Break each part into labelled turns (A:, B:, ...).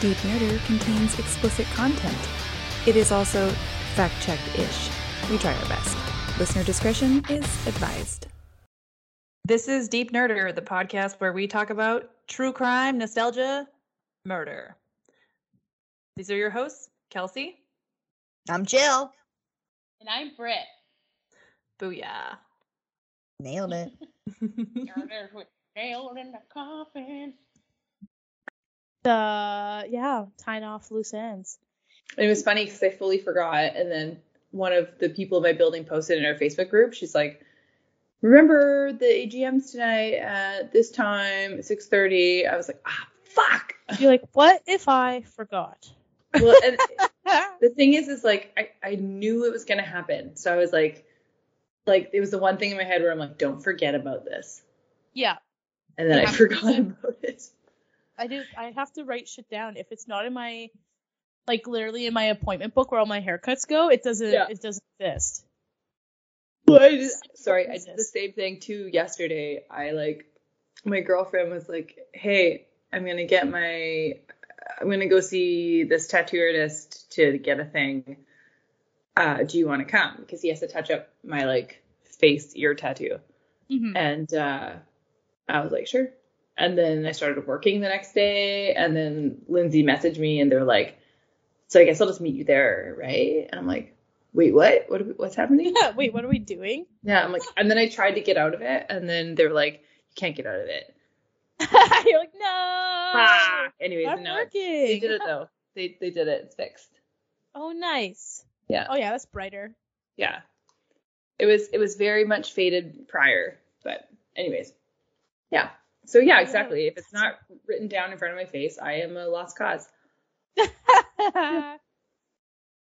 A: Deep Nerder contains explicit content. It is also fact checked ish. We try our best. Listener discretion is advised.
B: This is Deep Nerder, the podcast where we talk about true crime, nostalgia, murder. These are your hosts, Kelsey,
C: I'm Jill.
D: And I'm Britt.
B: Booyah.
C: Nailed it.
D: Nailed in the coffin.
E: uh yeah tying off loose ends
F: It was funny because I fully forgot, and then one of the people in my building posted in our Facebook group. She's like, "Remember the AGMs tonight at this time, 6:30." I was like, "Ah, fuck."
E: you're like what if i forgot
F: Well, and the thing is, is like I, I knew it was gonna happen, so I was like, like it was the one thing in my head where I'm like, "Don't forget about this,"
E: yeah
F: and then I
E: Yeah.
F: forgot about it.
E: i do i have to write shit down if it's not in my like literally in my appointment book where all my haircuts go it doesn't
F: Yeah.
E: it doesn't exist
F: Well, I just- sorry, I did the
E: Jesus.
F: same thing too yesterday. I like my girlfriend was like, "Hey, I'm gonna get my, I'm gonna go see this tattoo artist to get a thing. Uh, do you want to come? Because he has to touch up my like face ear tattoo."
E: Mhm.
F: And uh, I was like, "Sure." And then I started working the next day, and then Lindsay messaged me, and they're like, "So I guess I'll just meet you there, right?" And I'm like, "Wait, what? What? What's happening?"
E: yeah wait what are we doing
F: Yeah, I'm like, and then I tried to get out of it, and then they were like, you can't get out of it.
E: you're like no
F: Ah! Anyways,
E: i'm
F: no, they
E: working
F: did it though. They they did it. It's fixed.
E: oh nice
F: Yeah.
E: oh yeah that's brighter
F: Yeah, it was it was very much faded prior, but anyways, yeah. So yeah, exactly. If it's not written down in front of my face, I am a lost cause.
E: I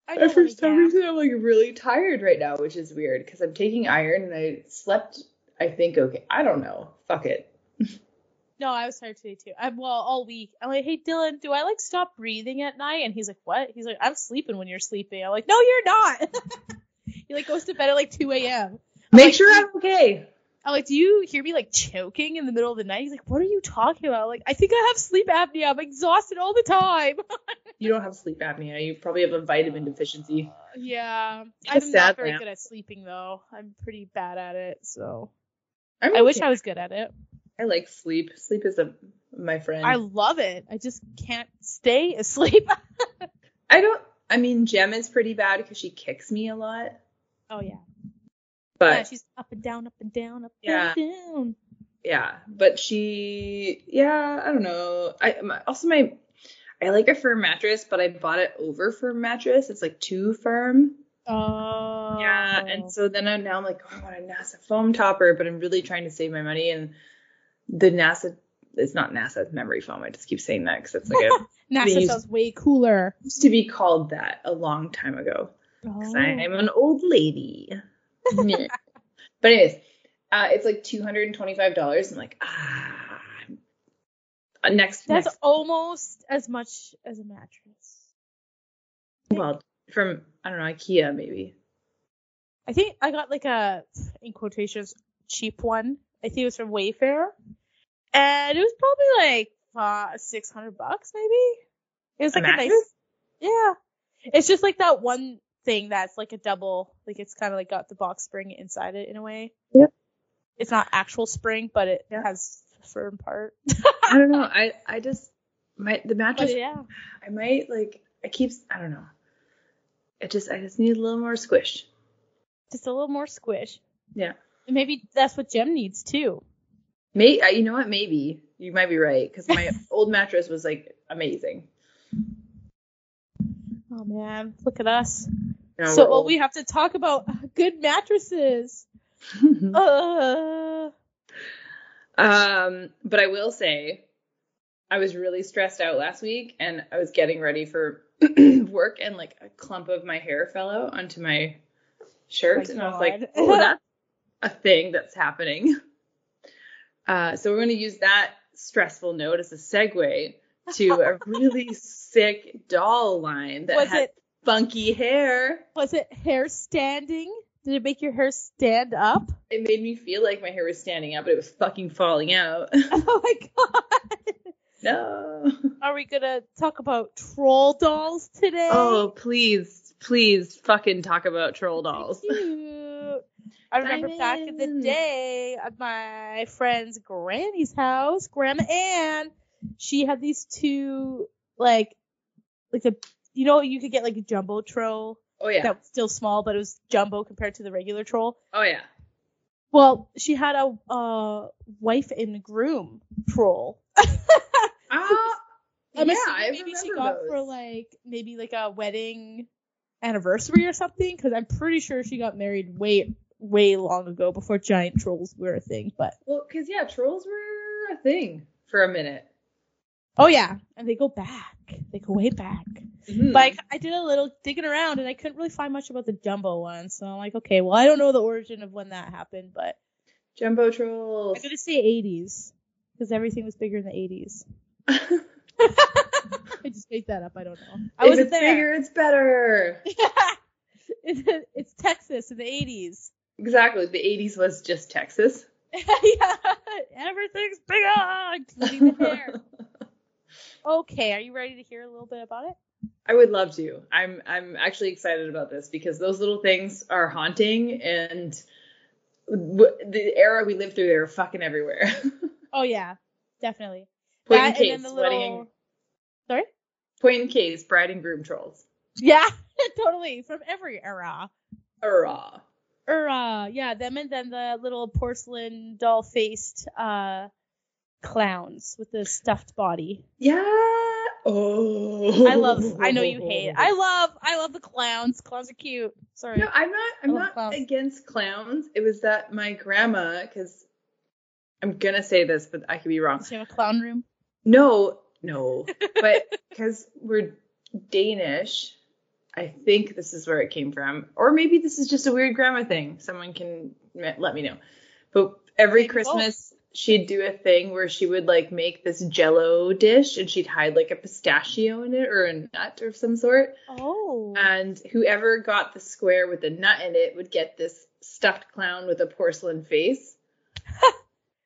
F: And
E: don't
F: for
E: wanna
F: some
E: gap.
F: reason, I'm like really tired right now, which is weird because I'm taking iron and I slept. I think okay. I don't know. Fuck it.
E: No, I was tired today too. I'm well all week. I'm like, hey Dylan, do I like stop breathing at night? And he's like, what? He's like, I'm sleeping when you're sleeping. I'm like, no, you're not. he like goes to bed at like 2 a.m.
F: Make sure I'm okay.
E: I'm like, do you hear me like choking in the middle of the night? He's like, what are you talking about? I'm like, I think I have sleep apnea. I'm exhausted all the time.
F: You don't have sleep apnea. You probably have a vitamin deficiency.
E: Uh, yeah, I'm
F: That's
E: not
F: sad,
E: very
F: man.
E: good at sleeping though. I'm pretty bad at it. So
F: I'm
E: I wish
F: okay.
E: I was good at it.
F: I like sleep. Sleep is a my friend.
E: I
F: I,
E: love it. I just can't stay asleep.
F: don't. I mean, Jem is pretty bad because she kicks me a lot.
E: oh yeah. yeah,
F: But
E: she's up and down, up and down, up
F: Yeah.
E: and down.
F: yeah, but she, yeah, I don't know. I my, also my, I like a firm mattress, but I bought it over firm mattress. It's like too firm.
E: Oh.
F: Yeah, and so then I'm now I'm like, oh, I want a NASA foam topper, but I'm really trying to save my money and the NASA. It's not NASA's memory foam. I just keep saying that because it's like it
E: NASA
F: these-
E: sounds way cooler.
F: used to be called that a long time ago. because
E: Oh.
F: I'm an old lady. Meh. but anyways, uh, it's like two hundred and twenty-five dollars. I'm like, ah, uh, next,
E: That's
F: next,
E: almost as much as a mattress.
F: well, from I don't know IKEA maybe.
E: I think I got like a in quotations cheap one. I think it was from Wayfair, and it was probably like uh, six hundred bucks maybe. It was
F: A
E: like a, nice.
F: mattress?
E: Yeah, it's just like that one thing that's like a double. Like it's kind of like got the box spring inside it in a way.
F: Yeah.
E: It's not actual spring, but it
F: Yeah.
E: has a firm part.
F: I don't know. I I just my the
E: But
F: mattress.
E: yeah.
F: I might like. I keep. I don't know. It just. I just need a little more squish.
E: just a little more squish.
F: Yeah.
E: And maybe that's what Jem needs too.
F: May uh, you know what? Maybe you might be right because my old mattress was like amazing.
E: Oh man, look at us.
F: You know,
E: so
F: we're
E: all
F: old.
E: we have to talk about uh, good mattresses. Uh,
F: Um, but I will say, I was really stressed out last week, and I was getting ready for work, and like a clump of my hair fell out onto my shirt,
E: My
F: and I was
E: God.
F: like, "Oh, that's a thing that's happening." Uh, so we're going to use that stressful note as a segue to a really sick doll line that
E: was
F: had
E: it
F: funky hair.
E: was it hair standing? Did it make your hair stand up?
F: It made me feel like my hair was standing up, but it was fucking falling out.
E: Oh my god.
F: No.
E: Are we gonna talk about troll dolls today?
F: Oh, please, please fucking talk about troll dolls.
E: Cute. I remember back in the
F: Diamonds.
E: day at my friend's granny's house, Grandma Ann, she had these two like like a you know you could get like a jumbo troll
F: Oh yeah.
E: that was still small but it was jumbo compared to the regular troll.
F: Oh yeah.
E: Well, she had a uh, wife and groom troll.
F: Oh,
E: Uh, I'm
F: yeah,
E: assuming
F: I
E: maybe she
F: remember
E: got for
F: those.
E: like maybe like a wedding anniversary or something because I'm pretty sure she got married way way long ago before giant trolls were a thing. But
F: Well, because yeah, trolls were a thing for a minute.
E: oh yeah, and they go back, they go way back.
F: Mhm.
E: But I, I did a little digging around and I couldn't really find much about the jumbo one, so I'm like, okay, well I don't know the origin of when that happened, but
F: jumbo
E: I'm
F: trolls.
E: gonna say 80s because everything was bigger in the 80s. I just made that up. I don't know. I
F: if
E: wasn't
F: it's
E: there.
F: bigger, it's better.
E: it's, it's Texas in the 80s.
F: exactly. The 80s was just Texas.
E: yeah, everything's big, including the hair. Okay, are you ready to hear a little bit about it?
F: I would love to. I'm I'm actually excited about this because those little things are haunting and w- the era we lived through they were fucking everywhere.
E: Oh yeah, definitely.
F: Point
E: That
F: and case,
E: and then the
F: wedding
E: little.
F: and-
E: Sorry.
F: Point and case, bride and groom trolls.
E: Yeah, totally. From every era.
F: Hurrah.
E: Era, yeah. Them and then the little porcelain doll faced uh clowns with the stuffed body.
F: Yeah. Oh.
E: I love. I know you hate. it. I love. I love the clowns. Clowns are cute. Sorry.
F: No, I'm not. I'm
E: I love Oh,
F: not
E: clowns.
F: against clowns. It was that my grandma, because I'm gonna say this, but I could be wrong.
E: Does she have a clown room?
F: No, no, but because we're Danish, I think this is where it came from, or maybe this is just a weird grandma thing. Someone can me- let me know. But every
E: Maybe both.
F: Christmas, she'd do a thing where she would like make this Jello dish, and she'd hide like a pistachio in it or a nut of some sort.
E: Oh.
F: And whoever got the square with the nut in it would get this stuffed clown with a porcelain face.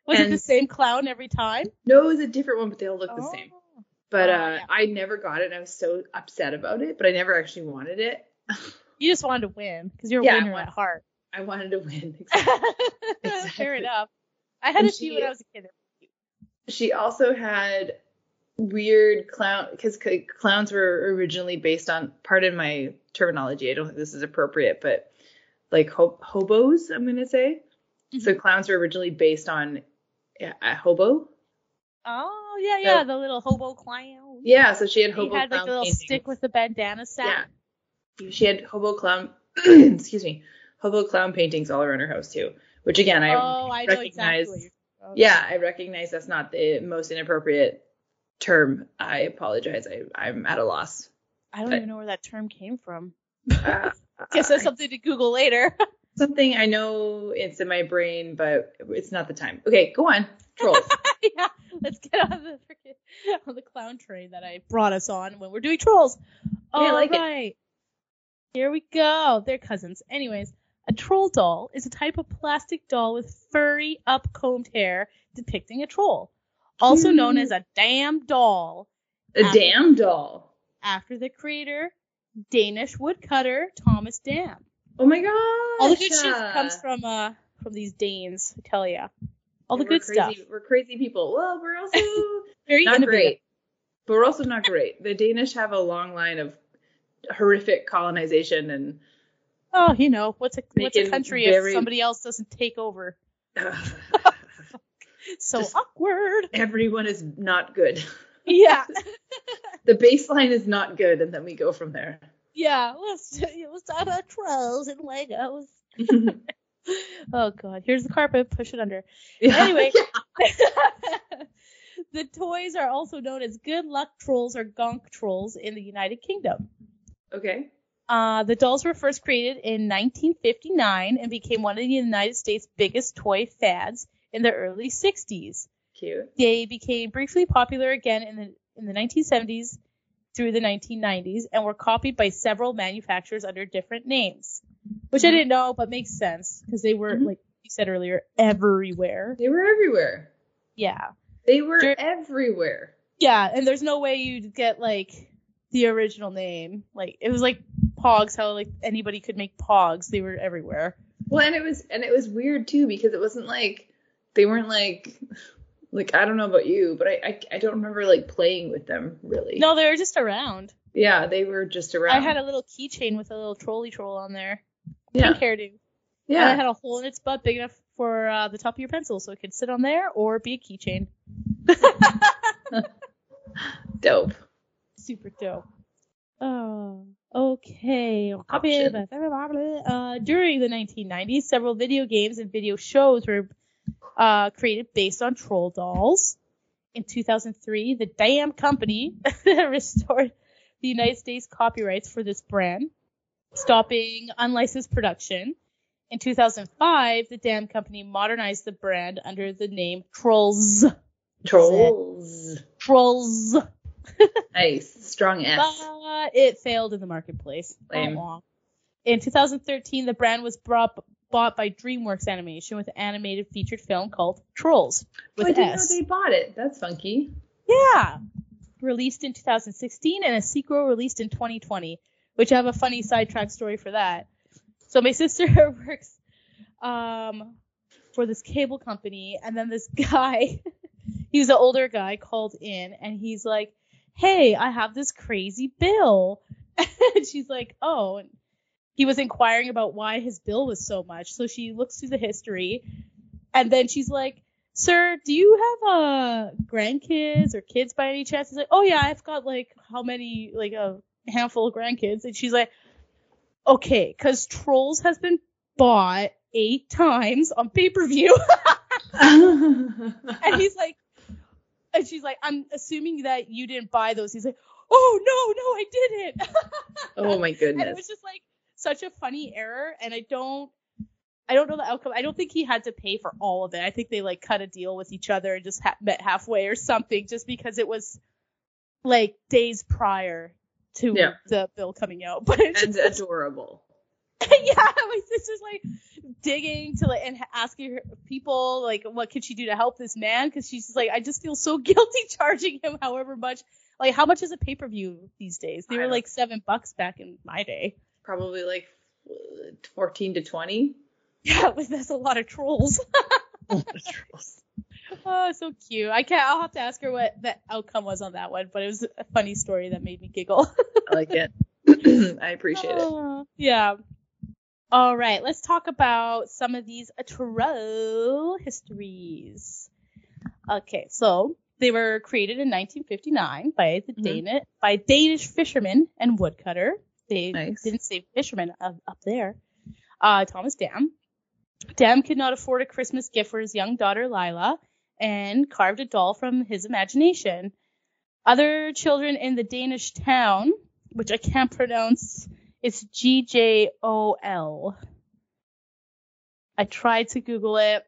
E: Was it
F: and-
E: the same clown every time?
F: No, it was a different one, but they all look the same.
E: Oh.
F: But
E: Oh,
F: uh,
E: yeah.
F: I never got it. And I was so upset about it, but I never actually wanted it.
E: You just wanted to win because you're a
F: Yeah, I
E: winner
F: want-
E: at heart.
F: I wanted to win.
E: Fair
F: Exactly.
E: enough. I had
F: And
E: a few
F: she-
E: when I was a kid.
F: she also had weird clown because clowns were originally based on. Pardon my terminology. I don't think this is appropriate, but like ho- hobos. I'm gonna say.
E: Mm-hmm.
F: So clowns were originally based on a- a hobo.
E: Oh yeah, yeah,
F: So-
E: the little hobo clown.
F: Yeah. So she had
E: he
F: hobo.
E: had like a
F: clown
E: little
F: paintings.
E: stick with the bandana sack.
F: She had hobo clown. excuse me. Hobo clown paintings all around her house too. Which again, I
E: oh, I know exactly. What
F: recognize-
E: you're talking
F: Yeah, I recognize that's not the most inappropriate term. I apologize. I, I'm at a loss.
E: about. I don't
F: but-
E: even know where that term came from.
F: Uh,
E: Guess that's something to Google later.
F: something I know it's in my brain, but it's not the time. Okay, go on. Trolls.
E: yeah, let's get on the freaking on the clown train that I brought us on when we're doing trolls.
F: I like it.
E: All right. Here we go. They're cousins. Anyways, a troll doll is a type of plastic doll with furry, upcombed hair depicting a troll, also
F: Hmm.
E: known as a damn doll,
F: A damn doll.
E: after the creator, Danish woodcutter Thomas Dam.
F: Oh my god.
E: All the good shit comes from uh from these Danes, I tell ya. All the good stuff.
F: We're crazy people. Well, we're also
E: Very
F: not
E: innovative.
F: great, but we're also not great. The Danish have a long line of horrific colonization, and
E: Oh, you know, what's a what's a
F: Making
E: country
F: very-
E: if somebody else doesn't take over?
F: ugh,
E: So
F: Just-
E: awkward.
F: everyone is not good.
E: Yeah,
F: The baseline is not good, and then we go from there.
E: yeah. Let's let's talk about trolls and Legos.
F: Yeah.
E: Oh god, here's the carpet. Push it under. Anyway, the toys are also known as good luck trolls or gonk trolls in the United Kingdom.
F: okay.
E: Uh, the dolls were first created in 1959 and became one of the United States' biggest toy fads in the early 60s.
F: Cute.
E: they became briefly popular again in the in the 1970s through the 1990s and were copied by several manufacturers under different names, which I didn't know but makes sense because they were
F: Mhm.
E: like you said earlier everywhere.
F: They were everywhere.
E: Yeah.
F: They were
E: Dur-
F: everywhere.
E: Yeah, and there's no way you'd get like the original name. Like it was like Pogs, how like anybody could make Pogs. They were everywhere.
F: Well, and it was and it was weird too because it wasn't like they weren't like like I don't know about you, but I I, I don't remember like playing with them really.
E: No, they were just around.
F: Yeah, they were just around.
E: I had a little keychain with a little trolley troll on there.
F: yeah
E: Pink hairdo. And it
F: yeah
E: had a hole in its butt big enough for uh, the top of your pencil, so it could sit on there or be a keychain.
F: dope.
E: Super dope. Oh, okay.
F: Option.
E: Uh, during the 1990s, several video games and video shows were uh, created based on troll dolls. In 2003, the damn company restored the United States copyrights for this brand, stopping unlicensed production. In 2005, the damn company modernized the brand under the name Trolls.
F: Trolls.
E: Trolls.
F: Nice strong S.
E: But it failed in the marketplace.
F: Lame.
E: Wah-wah. In 2013, the brand was brought, bought by DreamWorks Animation with an animated featured film called Trolls
F: Oh,
E: with
F: I didn't
E: S.
F: know they bought it. That's funky.
E: Yeah. Released in 2016 and a sequel released in 2020, which I have a funny sidetrack story for that. So my sister works um, for this cable company, and then this guy, he was an older guy, called in, and he's like, "Hey, I have this crazy bill," and she's like, "Oh." And he was inquiring about why his bill was so much, so she looks through the history, and then she's like, sir, do you have uh grandkids or kids by any chance? He's like, oh yeah, I've got like how many, like a handful of grandkids, and she's like, okay, because Trolls has been bought eight times on pay per view,
F: Oh
E: and he's like, and she's like, I'm assuming that you didn't buy those. He's like, oh no, no, I didn't.
F: oh my
E: and it was
F: goodness.
E: just like such a funny error and i don't i don't know the outcome i don't think he had to pay for all of it i think they like cut a deal with each other and just ha- met halfway or something just because it was like days prior to
F: Yeah.
E: the bill coming out but it's
F: And adorable.
E: yeah my sister's like digging to like and ha- asking her people like what could she do to help this man because she's just like i just feel so guilty charging him however much like how much is a pay-per-view these days they
F: I
E: were
F: don't-
E: like seven bucks back in my day
F: Probably like uh, 14 to 20.
E: Yeah, but that's a lot of trolls. oh, so cute. I can't. I'll have to ask her what the outcome was on that one, but it was a funny story that made me giggle.
F: I like it. I appreciate it.
E: Oh, yeah. All right, let's talk about some of these troll histories. Okay, so they were created in 1959 by the
F: Mhm.
E: Danish by Danish fisherman and woodcutter. They
F: Nice.
E: didn't say fisherman up, up there. Uh, Thomas Dam. Dam could not afford a Christmas gift for his young daughter Lila, and carved a doll from his imagination. Other children in the Danish town, which I can't pronounce, it's G J O L. I tried to Google it.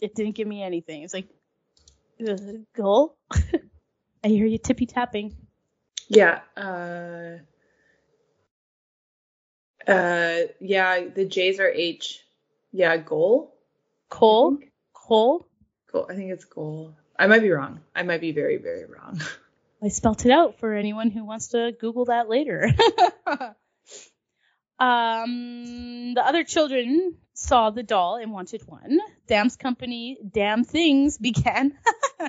E: It didn't give me anything. It's like, ugh, goal. Uh, I hear you tippy tapping.
F: Yeah. Uh, uh, yeah, the J's are H. Yeah, goal.
E: Cole, Cole.
F: Goal. I think it's goal. I might be wrong. I might be very, very wrong.
E: I spelt it out for anyone who wants to Google that later. um, the other children saw the doll and wanted one. Dam's company, Damn Things, began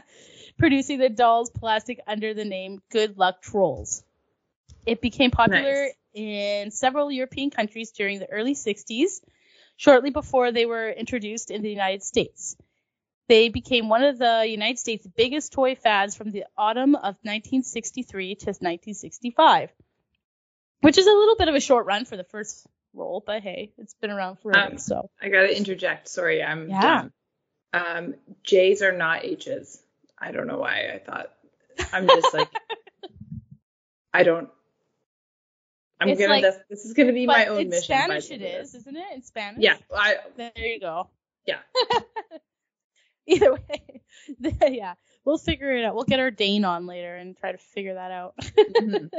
E: producing the doll's plastic under the name Good Luck Trolls. It became popular
F: Nice.
E: in several European countries during the early 60s, shortly before they were introduced in the United States. They became one of the United States' biggest toy fads from the autumn of 1963 to 1965, which is a little bit of a short run for the first role, but hey, it's been around forever.
F: Um,
E: so
F: I gotta interject. Sorry, I'm
E: Yeah.
F: dumb. Um, J's are not H's. I don't know why I thought. I'm just like, I don't. I'm
E: It's
F: gonna.
E: like-
F: this, this is gonna be my
E: But
F: own
E: in
F: mission. by
E: Spanish,
F: the
E: it
F: way.
E: is, isn't it? In Spanish.
F: Yeah, I,
E: There you go.
F: Yeah.
E: Either way, yeah, we'll figure it out. We'll get our Dane on later and try to figure that out.
F: mhm.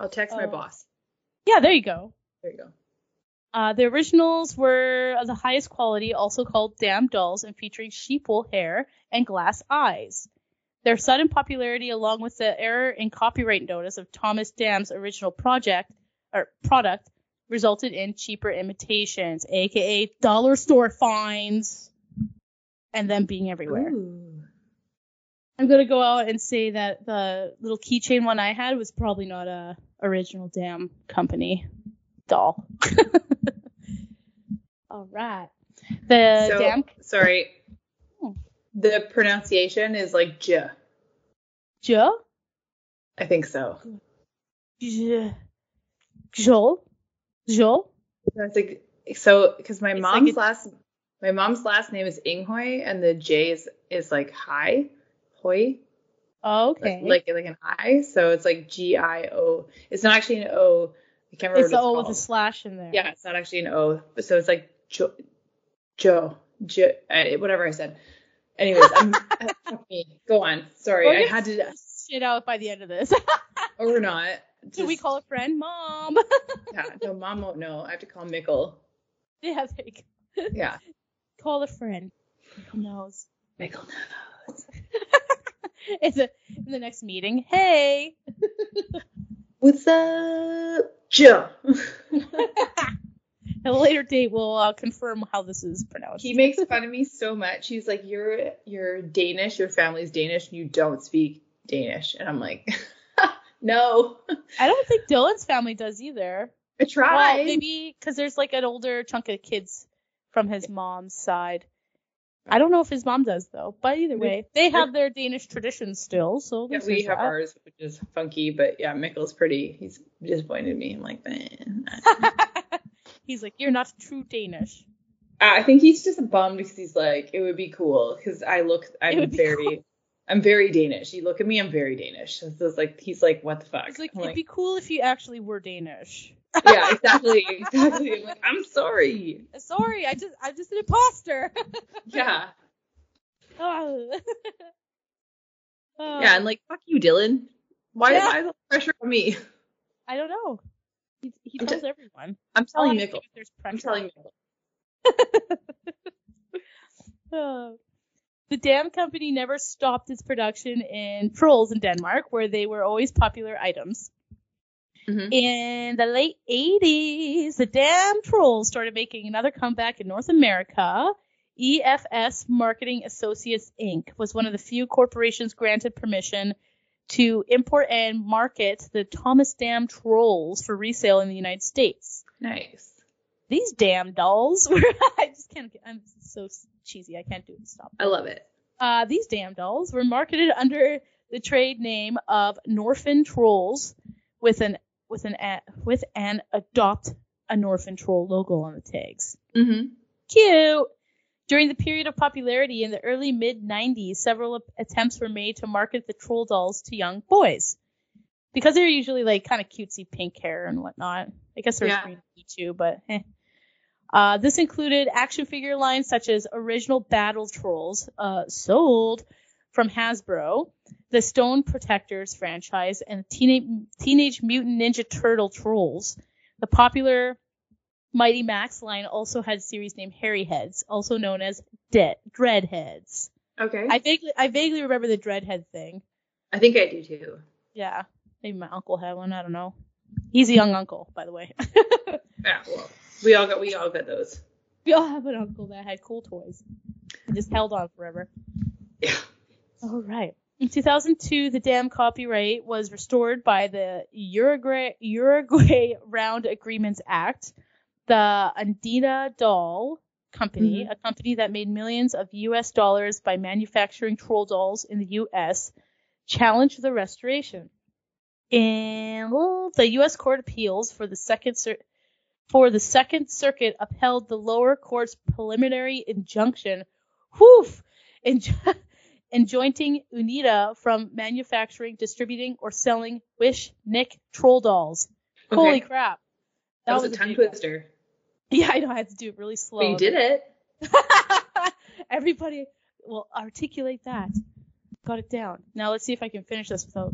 F: I'll text my
E: Oh.
F: boss.
E: yeah, there you go.
F: There you go.
E: Uh, the originals were of the highest quality, also called damn dolls, and featuring sheep wool hair and glass eyes. Their sudden popularity, along with the error in copyright notice of Thomas Dam's original project or product, resulted in cheaper imitations, aka dollar store finds, and them being everywhere.
F: Ooh.
E: I'm gonna go out and say that the little keychain one I had was probably not a original damn company doll. All right. The
F: so,
E: damn
F: sorry.
E: Oh.
F: The pronunciation is like j.
E: Joe
F: I think so.
E: J- Joel Joel.
F: That's like so because my
E: It's like
F: mom's
E: it-
F: last my mom's last name is Inghoy and the J is is like high, hoy,
E: Oh,
F: like-
E: okay.
F: like like an I. So it's like G I O. It's not actually an O. I can't remember
E: it's
F: what
E: the O with a
F: called.
E: slash in there.
F: Yeah, it's not actually an O. So it's like Joe, Joe, jo, uh, whatever I said. Anyways, I'm, uh, fuck me. Go on. Sorry,
E: We're
F: I
E: gonna
F: had to,
E: Shit out by the end of this.
F: or not.
E: Do we
F: Just-
E: call a friend mom?
F: Yeah, no, mom won't know. I have to call Mickle.
E: yeah, there you go.
F: Yeah,
E: Call a friend. Who knows?
F: Mickle.
E: In the, in the next meeting, hey,
F: What's up, Joe?
E: At a later date, we'll uh, confirm how this is pronounced.
F: he makes fun of me so much. He's like, "You're you're Danish. Your family's Danish, and you don't speak Danish." And I'm like, "No,
E: I don't think Dylan's family does either.
F: I tried."
E: Well, maybe because there's like an older chunk of kids from his mom's side. I don't know if his mom does though, but either way, they have their Danish traditions still. So at
F: Yeah,
E: least
F: we
E: there's
F: have
E: that.
F: ours, which is funky, but yeah, Mickle's pretty. He's disappointed me. I'm like, eh.
E: He's like, you're not true Danish.
F: I think he's just bummed because he's like, it would be cool because I look, I'm
E: would be
F: very, I'm very Danish. You look at me, I'm very Danish. So it's like, he's like, what the fuck?
E: He's like,
F: I'm
E: it'd be cool if you actually were Danish.
F: yeah, exactly, exactly. I'm like, I'm sorry.
E: Uh, Sorry, I just I'm just an imposter.
F: Yeah,
E: oh. Oh.
F: yeah, and like, fuck you, Dylan. Why,
E: Yeah.
F: why is all the pressure on me?
E: I don't know. He, he
F: I'm
E: tells everyone.
F: I'm
E: All
F: telling
E: I know
F: Mickle.
E: is There's
F: I'm
E: pressure.
F: telling Mickle.
E: Oh. The dam company never stopped its production in Trolls in Denmark, where they were always popular items.
F: Mhm.
E: In the late 80s, the damn Trolls started making another comeback in North America. EFS Marketing Associates Inc. was one of the few corporations granted permission to import and market the Thomas Dam Trolls for resale in the United States
F: Nice.
E: these damn dolls were I just can't get I'm so cheesy I can't do it stop
F: I love it.
E: uh, these damn dolls were marketed under the trade name of Norfin Trolls with an with an a- with an adopt a Norfin troll logo on the tags
F: Mm-hmm.
E: cute. During the period of popularity in the early mid 90s, several ap- attempts were made to market the troll dolls to young boys. Because they're usually like kind of cutesy pink hair and whatnot. I guess there's
F: Yeah.
E: green tea too, but eh. Uh, this included action figure lines such as original battle trolls uh, sold from Hasbro, the Stone Protectors franchise, and Teenage, Teenage Mutant Ninja Turtle trolls. The popular Mighty Max line also had a series named Harry Heads, also known as De- Dreadheads.
F: Okay.
E: I vaguely I vaguely remember the Dreadhead thing.
F: I think I do too.
E: Yeah, maybe my uncle had one. I don't know. He's a young uncle, by the way.
F: Yeah, well, we all got we all got those.
E: we all have an uncle that had cool toys and just held on forever.
F: Yeah.
E: All right. In 2002, the dam copyright was restored by the Uruguay, Uruguay Round Agreements Act. The Andina Doll Company, a company that made millions of U.S. dollars by manufacturing troll dolls in the U.S., challenged the restoration. And well, the U.S. Court of Appeals for the Second Cir- for the Second Circuit upheld the lower court's preliminary injunction. Whew! Inj- enjoining Unita from manufacturing, distributing, or selling Wish Nick troll dolls.
F: Okay.
E: Holy crap!
F: That, was, a tongue
E: big one.
F: twister.
E: Yeah, I know. I had to do it really slow.
F: But you did it.
E: Everybody will articulate that. Got it down. Now let's see if I can finish this without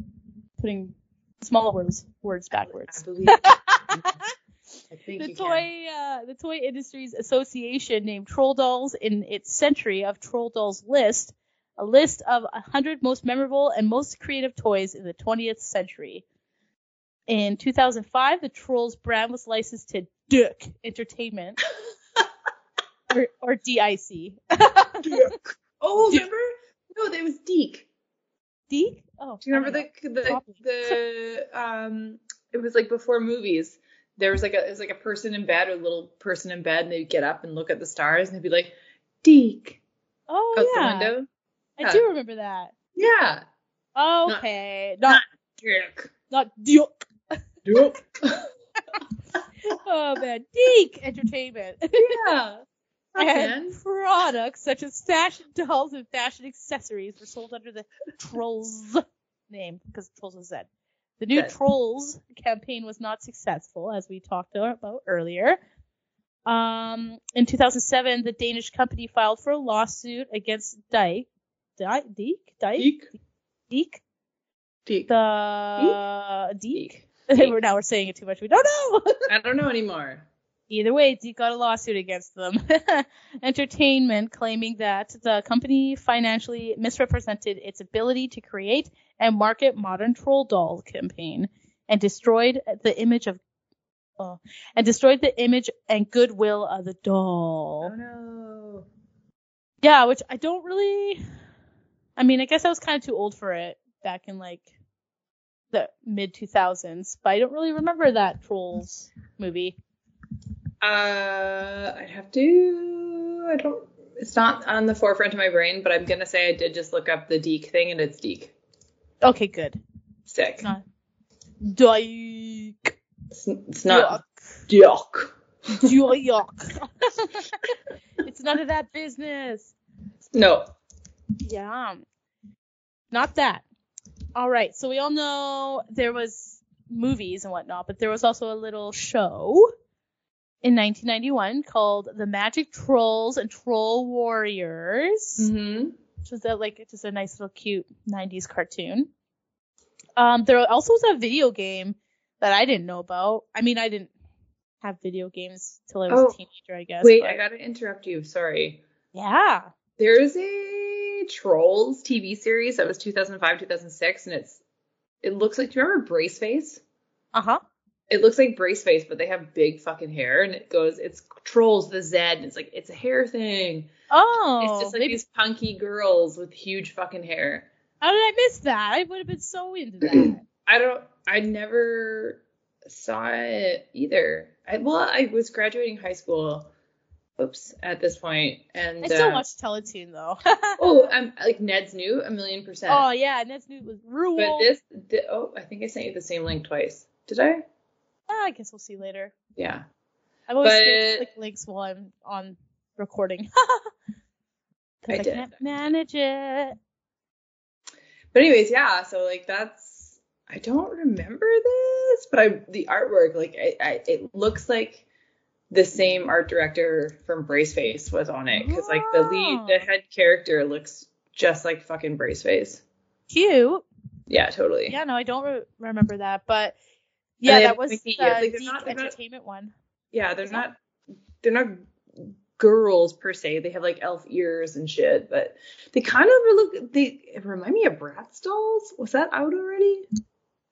E: putting small words words
F: I
E: backwards.
F: believe. I think
E: The
F: you
E: toy, uh, the toy industry's association named Troll Dolls in its Century of Troll Dolls list a list of 100 most memorable and most creative toys in the 20th century. In 2005, the Trolls brand was licensed to Dick Entertainment, or, or DIC.
F: Oh, remember? No, that was Deke.
E: Deke? Oh,
F: Do you remember
E: I don't
F: the the, the um? It was like before movies. There was like a it was like a person in bed, or a little person in bed, and they'd get up and look at the stars, and they'd be like, "Deke,"
E: know. Oh
F: out
E: yeah,
F: the window.
E: I do remember that.
F: Yeah.
E: Okay, not
F: Dick.
E: not Duke.
F: Duke.
E: Oh man, Deke Entertainment.
F: Yeah.
E: and
F: And
E: products such as fashion dolls and fashion accessories were sold under the Trolls name because Trolls was Z. The new
F: Good.
E: Trolls campaign was not successful, as we talked about earlier. Um, in 2007, the Danish company filed for a lawsuit against Dyke, Dyke, Deke, Dyke,
F: Deke.
E: Deke,
F: Deke.
E: the Deke.
F: Deke.
E: we're now we're saying it too much. We don't know.
F: I don't know anymore.
E: Either way, Deke got a lawsuit against them. Entertainment claiming that the company financially misrepresented its ability to create and market modern troll doll campaign and destroyed the image of oh, and destroyed the image and goodwill of the doll.
F: Oh no.
E: Yeah, which I don't really I mean, I guess I was kind of too old for it back in like the mid 2000s, but I don't really remember that trolls movie.
F: Uh, I'd have to. I don't. It's not on the forefront of my brain, but I'm gonna say I did just look up the Deke thing, and it's Deke.
E: Okay, good.
F: Sick.
E: Not- Dyke.
F: It's, it's not Duke.
E: Yuck. Yuck. it's none of that business.
F: No.
E: Yeah. Not that. All right. So we all know there was movies and whatnot, but there was also a little show in 1991 called The Magic Trolls and Troll Warriors.
F: Mm-hmm.
E: which was a, like just a nice little cute 90s cartoon. Um, there also was a video game that I didn't know about. I mean, I didn't have video games till I was
F: Oh.
E: a teenager, I guess.
F: Wait,
E: but-
F: I gotta interrupt you. Sorry.
E: yeah.
F: There's a Trolls TV series that was 2005, 2006, and it's. It looks like. Do you remember Braceface?
E: Uh huh.
F: It looks like Braceface, but they have big fucking hair, and it goes. It's Trolls the Z, and it's like it's a hair thing.
E: Oh,
F: It's just like
E: maybe-
F: these punky girls with huge fucking hair.
E: how did I miss that? I would have been so into that.
F: I don't. I never saw it either. I, well, I was graduating high school. Oops, at this point, and
E: I still
F: uh,
E: watch Teletoon though.
F: Oh, I'm like Ned's new a million percent.
E: oh yeah, and that's new was Rule.
F: but this. The, oh, I think I sent you the same link twice. Did I?
E: Ah, I guess we'll see later.
F: Yeah.
E: I've always
F: But-
E: but... click links while I'm on recording. 'Cause
F: I
E: I
F: did.
E: can't manage it.
F: But anyways, yeah. So like that's. I don't remember this, but I the artwork like I, I it looks like the same art director from Braceface was on it because like the lead the
E: Oh.
F: head character looks just like fucking Braceface.
E: Cute.
F: Yeah, totally.
E: Yeah, no, I don't re- remember that, but
F: they
E: yeah,
F: have
E: that was the
F: Mickey ears, like, they're
E: Deke
F: not- they're not-
E: Entertainment one.
F: Yeah, they're
E: Is
F: not they're not girls per se. They have like elf ears and shit, but they kind of look they remind me of Bratz dolls. Was that out already?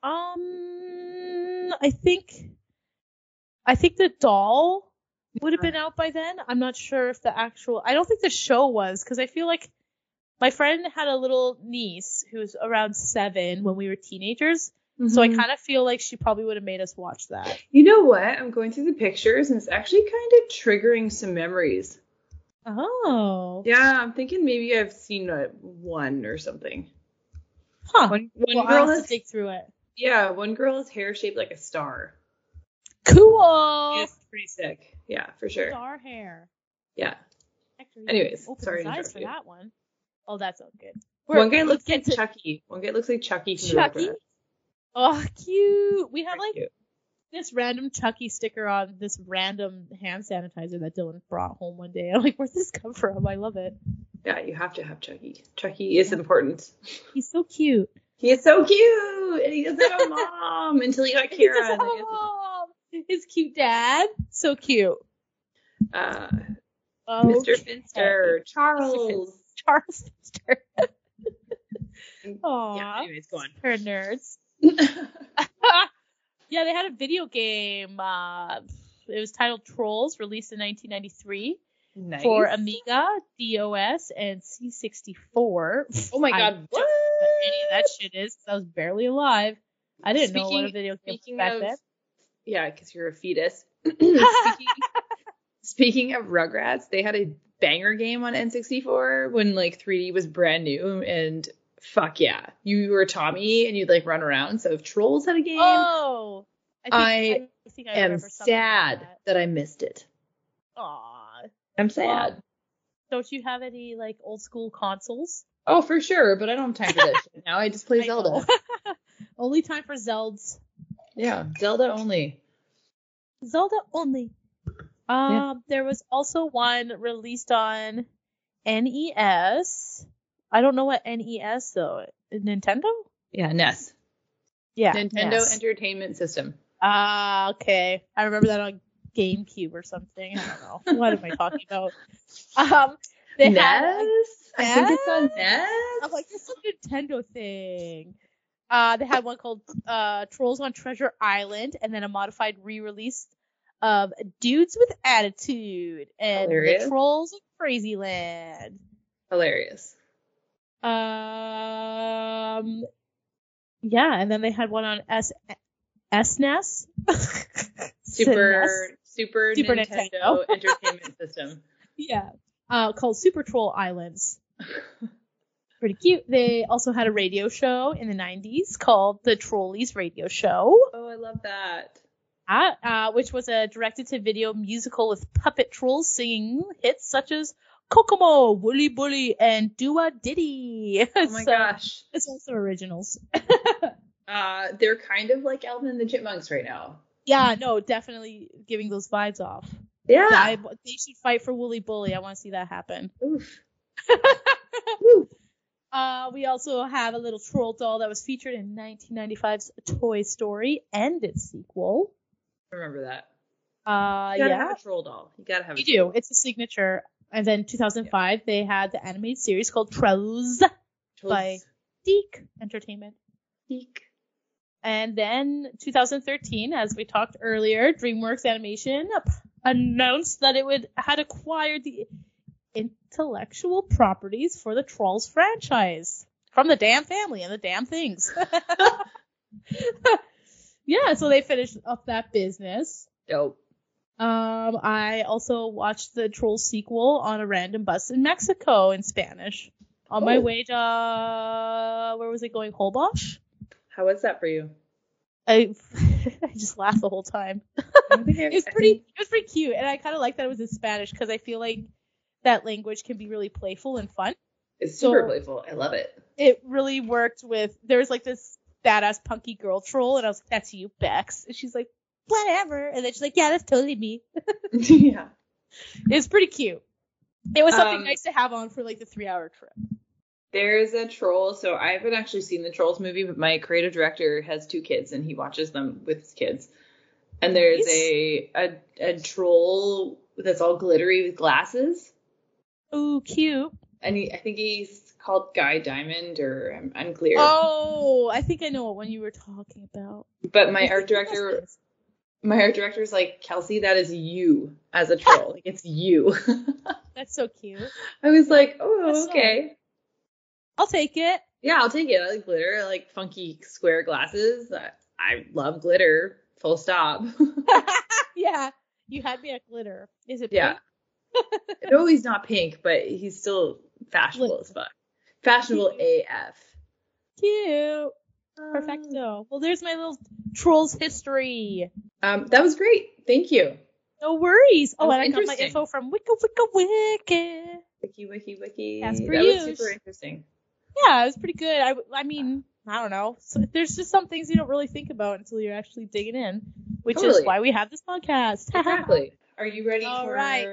E: Um, I think, I think the doll would have been out by then. I'm not sure if the actual. I don't think the show was because I feel like my friend had a little niece who was around seven when we were teenagers, so I
F: Mhm.
E: kind of feel like she probably would have made us watch that.
F: You know what? I'm going through the pictures and it's actually kind of triggering some memories.
E: Oh,
F: Yeah, I'm thinking maybe I've seen a one or something.
E: huh.
F: One, one
E: Well, I'll
F: girl
E: have to
F: has,
E: dig through it.
F: yeah, one girl is hair shaped like a star.
E: Cool.
F: It's pretty sick. Yeah, for sure.
E: Star hair.
F: Yeah.
E: Hector,
F: Anyways,
E: open
F: sorry
E: his
F: to
E: eyes
F: interrupt
E: for
F: you.
E: that one. Oh, that's all good.
F: one guy looks like
E: get to-
F: Chucky. One guy looks like Chucky. from the
E: Chucky.
F: Rugrats.
E: Oh, cute. We have
F: Pretty
E: like
F: cute.
E: this random Chucky sticker on this random hand sanitizer that Dylan brought home one day. I'm like, where's this come from? I love it.
F: Yeah, you have to have Chucky. Chucky is important.
E: He's so cute.
F: He is so cute, and he doesn't have a mom until he got
E: He
F: Kira.
E: does have a mom. His cute dad. So cute.
F: Uh,
E: Oh,
F: Mr. uh, Finster, Charles.
E: Charles Finster. Aw,
D: Yeah, anyways, go on.
E: her nerds. yeah, they had a video game. Uh, it was titled Trolls, released in 1993
F: Nice.
E: for Amiga, DOS, and C64.
D: Oh my
E: I
D: god.
E: don't know what any of that shit is 'cause I was barely alive. I didn't know what a
F: Speaking-
E: video game was
F: Speaking
E: back
F: of,
E: then.
F: yeah, because you're a fetus. speaking, speaking of Rugrats, they had a banger game on N64 when like 3D was brand new, and fuck yeah, you were Tommy and you'd like run around. So if Trolls had a game,
E: Oh,
F: I
E: think
F: I am
E: remember something like
F: sad
E: that.
F: that I missed it.
E: Aw,
F: I'm sad.
E: don't you have any like old school consoles?
F: Oh, for sure, but I don't have time for this. now I just play
E: I
F: Zelda.
E: know. only time for Zelds.
F: Yeah, Zelda only.
E: Zelda only. Um,
F: Yeah.
E: there was also one released on NES. I don't know what NES though. Nintendo?
F: Yeah, NES.
E: Yeah. E
F: Nintendo
E: NES.
F: Entertainment System.
E: Ah, okay. I remember that on GameCube or something. I don't know. what am I talking about? Um, they
F: NES?
E: had a
F: I think it's on
E: NES?
F: NES.
E: I'm like, this is a Nintendo thing. Uh, they had one called uh, Trolls on Treasure Island, and then a modified re-release of Dudes with Attitude and
F: Hilarious.
E: the Trolls of Crazyland.
F: Hilarious.
E: Um, yeah, and then they had one on S E SNES. SNES.
F: Super Super,
E: Super
F: Nintendo,
E: Nintendo.
F: Entertainment System.
E: yeah, uh, called Super Troll Islands. Pretty cute. They also had a radio show in the 90s called the Trolleys Radio Show.
F: Oh, I love that.
E: Uh, uh, which was a directed to video musical with puppet trolls singing hits such as Kokomo, Wooly Bully, and Dua Diddy.
F: Oh my
E: So,
F: gosh.
E: It's also originals.
F: Uh, they're kind of like Alvin and the Chipmunks right now.
E: Yeah, no, definitely giving those vibes off.
F: Yeah.
E: I- they should fight for Wooly Bully. I want to see that happen.
F: Oof. Woo.
E: Uh, we also have a little troll doll that was featured in 1995's Toy Story and its sequel.
F: Remember that.
E: Uh,
F: You gotta
E: yeah.
F: have a troll doll. You gotta have a
E: You do. It's a signature. And then 2005, they had the animated series called Trolls
F: troll doll.
E: By- Deek Entertainment.
F: Eek.
E: And then 2013, as we talked earlier, DreamWorks Animation p- announced that it would had acquired the intellectual properties for the Trolls franchise from the damn family and the damn things. yeah, so they finished up that business.
F: Dope.
E: Um, I also watched the Trolls sequel on a random bus in Mexico in Spanish on my
F: Oh.
E: way to uh, where was it going? Holbox.
F: How was that for you?
E: I I just laughed the whole time.
F: I think I-
E: It was
F: I
E: pretty.
F: think-
E: It was pretty cute, and I kind of like that it was in Spanish because I feel like that language can be really playful and fun.
F: It's super
E: so-
F: playful. I love it.
E: It really worked with. There was like this badass punky girl troll, and I was like, "That's you, Bex," and she's like, "Whatever," and then she's like, "Yeah, that's totally me."
F: yeah.
E: It's pretty cute. It was something
F: Um,
E: nice to have on for like the three-hour trip.
F: There's a troll. So I haven't actually seen the Trolls movie, but my creative director has two kids and he watches them with his kids. And there's
E: Nice.
F: a, a a troll that's all glittery with glasses.
E: Ooh, cute.
F: And he, I think he's called Guy Diamond or I'm unclear.
E: Oh, I think I know what one you were talking about.
F: but my
E: It's
F: art
E: the Christmas
F: director
E: ones.
F: my art director's like, Kelsey, that is you as a troll. like it's you.
E: That's so cute.
F: I was like, oh,
E: That's so-
F: okay.
E: I'll take it.
F: Yeah, I'll take it. I like glitter. I like funky square glasses. I, I love glitter. Full stop.
E: yeah, you had me at glitter. Is it?
F: Yeah.
E: pink?
F: no, he's not pink, but he's still fashionable as fuck. Fashionable AF.
E: Cute. Perfecto.
F: Mm.
E: Well, there's my little trolls history.
F: Um, that was great. Thank you.
E: No worries. Oh,
F: That's
E: and I got my
F: interesting.
E: info from Wicca Wicca Wicca.
F: Wiki, wiki, wiki.
E: That's for
F: that
E: you.
F: was super interesting.
E: Yeah, it was pretty good. I, I mean, I don't know. So, there's just some things you don't really think about until you're actually digging in, which
F: Totally.
E: is why we have this podcast.
F: Exactly. Are you ready
E: All
F: for
E: right.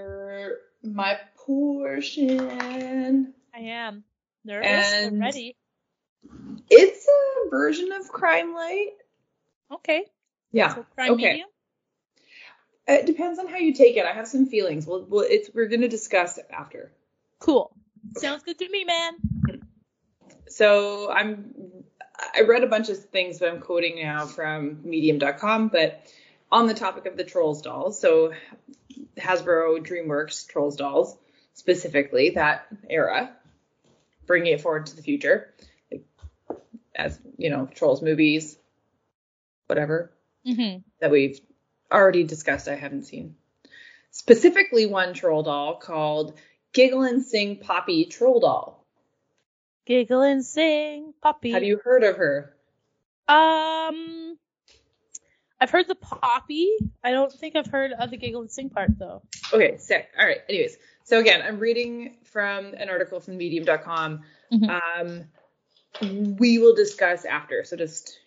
F: my portion?
E: I am nervous
F: And-
E: and ready.
F: It's a version of Crime Light.
E: Okay.
F: Yeah.
E: So crime
F: okay.
E: medium.
F: It depends on how you take it. I have some feelings. Well, well it's we're going to discuss it after.
E: Cool. Sounds good to me, man.
F: so I'm I read a bunch of things that I'm quoting now from medium.com, but on the topic of the Trolls dolls, so Hasbro DreamWorks Trolls dolls specifically that era, bringing it forward to the future, like, as you know, Trolls movies, whatever
E: Mm-hmm.
F: that we've already discussed. I haven't seen specifically one troll doll called Giggle and Sing Poppy Troll Doll.
E: Giggle and sing, puppy.
F: Have you heard of her?
E: Um, I've heard the poppy. I don't think I've heard of the giggle and sing part though.
F: Okay, sick. All right. Anyways, so again, I'm reading from an article from medium.com. Um, we will discuss after. So just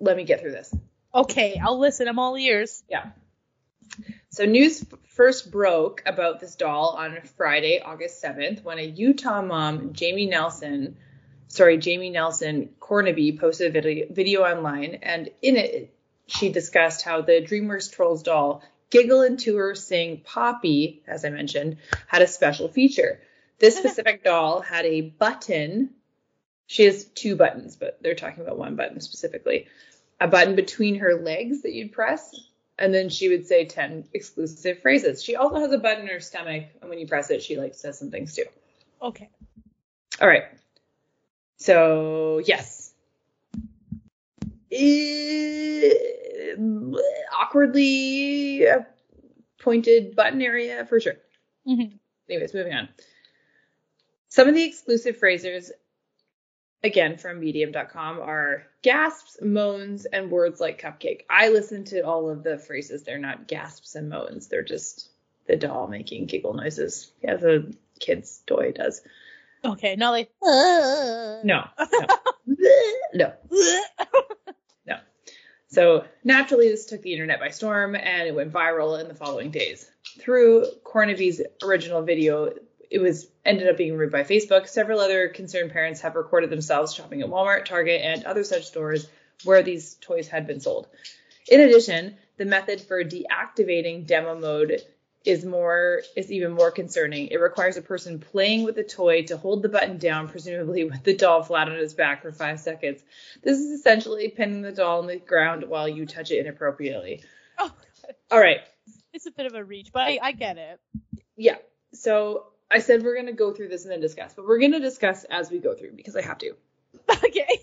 F: let me get through this.
E: Okay, I'll listen. I'm all ears.
F: So news f- first broke about this doll on Friday, August 7th, when a Utah mom, Jamie Nelson, sorry, Jamie Nelson Cornaby posted a video, video online, and in it she discussed how the DreamWorks Trolls doll Giggle and Tour Sing Poppy, as I mentioned, had a special feature. This specific doll had a button. She has two buttons, but they're talking about one button specifically. A button between her legs that you'd press, and then she would say 10 exclusive phrases. She also has a button in her stomach, and when you press it, she like says some things too.
E: Okay.
F: All right. So, yes. Eh, awkwardly uh, pointed button area for sure.
E: Mhm.
F: Anyways, moving on. Some of the exclusive phrases, again from medium.com, are gasps, moans, and words like cupcake. I listened to all of the phrases. They're not gasps and moans, they're just the doll making giggle noises as a kid's toy does.
E: Okay. Not like.
F: No. No. no. So naturally, this took the internet by storm and it went viral in the following days. Through Cornaby's original video, it was ended up being removed by Facebook. Several other concerned parents have recorded themselves shopping at Walmart, Target, and other such stores where these toys had been sold. In addition, the method for deactivating demo mode is more is even more concerning. It requires a person playing with the toy to hold the button down, presumably with the doll flat on its back for five seconds. This is essentially pinning the doll on the ground while you touch it inappropriately.
E: Oh,
F: All right.
E: it's a bit of a reach, but I, I get it.
F: Yeah. So I said we're gonna go through this and then discuss, but we're gonna discuss as we go through because I have to.
E: Okay.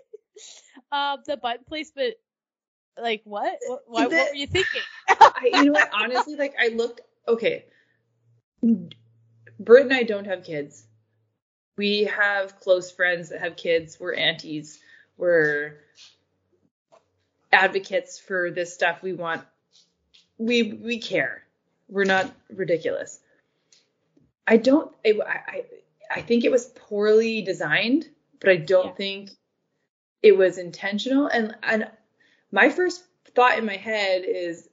E: um, the button placement. Like what? What, why,
F: The-
E: what were you thinking?
F: I, you know what? Honestly, like I looked. Okay, Britt and I don't have kids. We have close friends that have kids. We're aunties. We're advocates for this stuff. We want. We we care. We're not ridiculous. I don't. I I, I think it was poorly designed, but I don't
E: Yeah.
F: think it was intentional. And and my first thought in my head is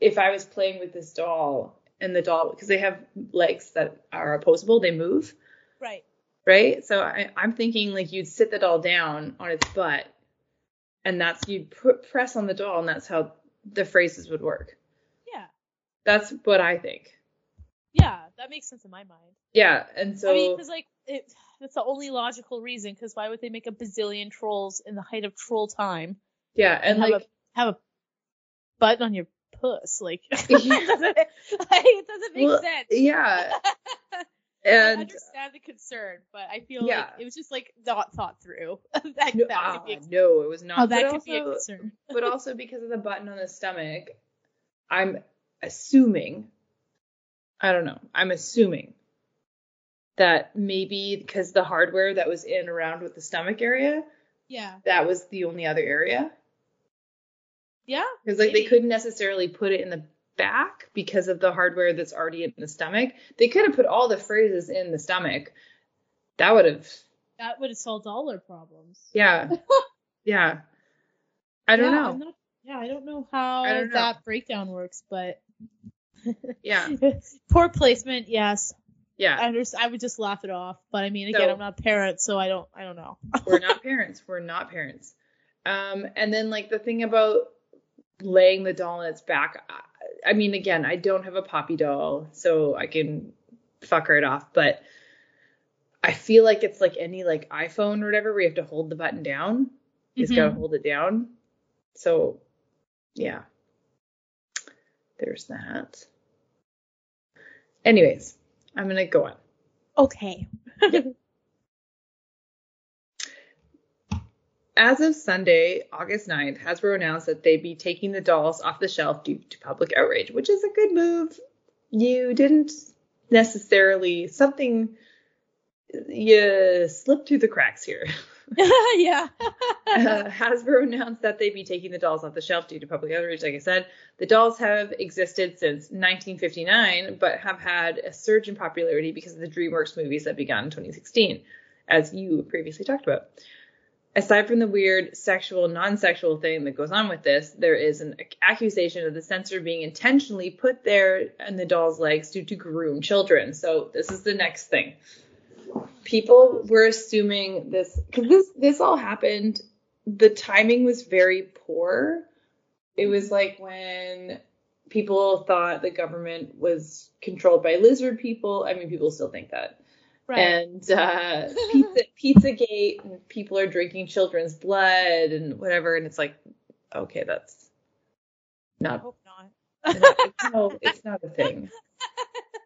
F: if I was playing with this doll and the doll, because they have legs that are opposable, they move,
E: Right.
F: right? So I, I'm thinking like you'd sit the doll down on its butt, and that's you'd put press on the doll, and that's how the phrases would work.
E: Yeah.
F: That's what I think.
E: Yeah. That makes sense in my mind.
F: Yeah, and so
E: I mean, because like it, that's the only logical reason. Because why would they make a bazillion trolls in the height of troll time?
F: yeah, and
E: have
F: like
E: a have a button on your puss. Like, it
F: Yeah.
E: doesn't, like, it doesn't make
F: Well,
E: sense.
F: yeah,
E: I
F: and
E: understand the concern, but I feel
F: Yeah.
E: like it was just like not thought through. that that
F: no,
E: would be
F: ah, no, it was not.
E: oh,
F: But
E: that could be a
F: also-
E: concern.
F: but also because of the button on the stomach, I'm assuming, I don't know, I'm assuming that maybe because the hardware that was in around with the stomach area,
E: Yeah,
F: that was the only other area.
E: yeah,
F: Because like they
E: Maybe.
F: couldn't necessarily put it in the back because of the hardware that's already in the stomach. They could have put all the phrases in the stomach. That would have,
E: that would have solved all our problems.
F: yeah, yeah. I don't
E: Yeah,
F: know.
E: I'm not- yeah, I don't know how
F: I don't know.
E: that breakdown works, but
F: yeah,
E: poor placement. Yes,
F: yeah.
E: I understand. I would just laugh it off. But I mean, again,
F: So-
E: I'm not a parent, so I don't. I don't know.
F: we're not parents. We're not parents. Um, and then like the thing about laying the doll on its back. I- I mean, again, I don't have a poppy doll, so I can fuck right off. But I feel like it's like any like iPhone or whatever where you have to hold the button down. You just gotta hold it down. So yeah. There's that. Anyways, I'm gonna go on.
E: Okay.
F: As of Sunday, August 9th, Hasbro announced that they'd be taking the dolls off the shelf due to public outrage, which is a good move. You didn't necessarily, something, you slipped through the cracks here.
E: yeah.
F: Uh, Hasbro announced that they'd be taking the dolls off the shelf due to public outrage. Like I said, the dolls have existed since 1959, but have had a surge in popularity because of the DreamWorks movies that began in 2016, as you previously talked about. Aside from the weird sexual, non sexual thing that goes on with this, there is an ac- accusation of the censor being intentionally put there in the doll's legs due to groom children. So, this is the next thing. People were assuming this, because this, this all happened the timing was very poor. It was like when people thought the government was controlled by lizard people. I mean, people still think that.
E: Right.
F: And uh, pizza, Pizzagate, and people are drinking children's blood and whatever. And it's like, okay, that's
E: I
F: not.
E: hope not.
F: no, it's not a thing.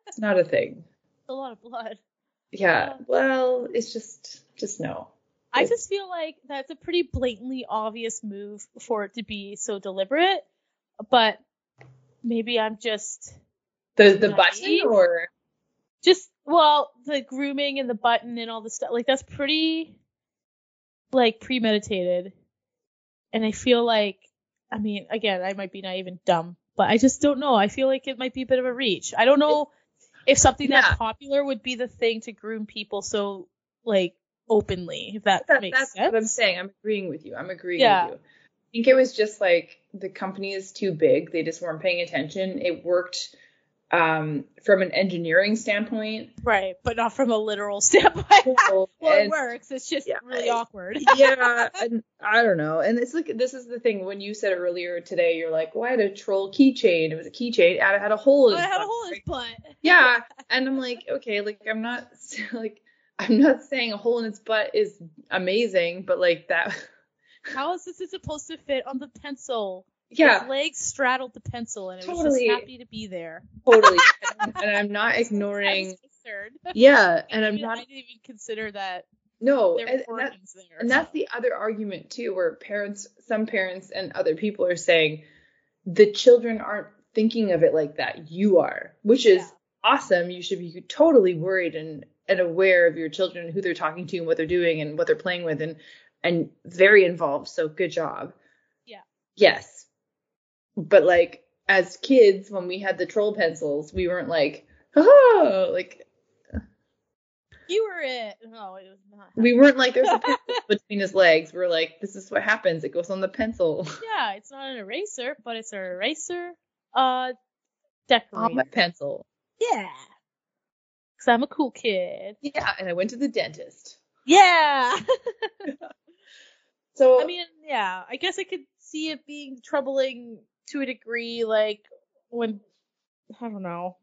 F: It's not a thing.
E: a lot of blood.
F: Yeah. Well, it's just, just no.
E: I just feel like that's a pretty blatantly obvious move for it to be so deliberate, but maybe I'm just
F: The the
E: Naive?
F: button or
E: just well, the grooming and the button and all the stuff like that's pretty like premeditated. And I feel like I mean, again, I might be naive and dumb, but I just don't know. I feel like it might be a bit of a reach. I don't know if something
F: Yeah.
E: that popular would be the thing to groom people so like openly, if that,
F: that,
E: makes
F: that's
E: sense.
F: what I'm saying. I'm agreeing with you. I'm agreeing
E: Yeah.
F: with you. I think it was just like the company is too big. They just weren't paying attention. It worked um, from an engineering standpoint.
E: Right, but not from a literal standpoint.
F: well,
E: Well, it
F: and-
E: works. It's just
F: yeah,
E: really
F: I-
E: awkward.
F: yeah, and I don't know. And it's like this is the thing. When you said earlier today, you're like, "Why had a troll keychain? It was a keychain. and It had a hole in
E: I
F: it."
E: had a hole in his butt.
F: yeah and i'm like okay like i'm not like i'm not saying a hole in its butt is amazing but like that
E: How is this supposed to fit on the pencil?
F: yeah
E: His legs straddled the pencil, and it was
F: Totally.
E: just happy to be there.
F: totally and, and i'm not
E: I was
F: ignoring
E: concerned.
F: yeah and i'm
E: Even- I
F: not
E: didn't even consider that
F: no
E: there
F: and,
E: were
F: and that-
E: organs there.
F: And that's the other argument too, where parents, some parents and other people are saying the children aren't thinking of it like that. You are, which is
E: Yeah.
F: awesome. You should be totally worried and, and aware of your children, who they're talking to and what they're doing and what they're playing with and, and very involved. So good job.
E: Yeah.
F: Yes. But like as kids, when we had the troll pencils, we weren't like, oh, like
E: you were it. No, it was not.
F: we weren't like there's a pencil between his legs. We're like, this is what happens. It goes on the pencil.
E: Yeah, it's not an eraser, but it's an eraser. Uh, decorator.
F: on my pencil.
E: yeah. Cause I'm a cool kid.
F: Yeah, and I went to the dentist.
E: Yeah.
F: So
E: I mean, yeah, I guess I could see it being troubling to a degree, like when I don't know.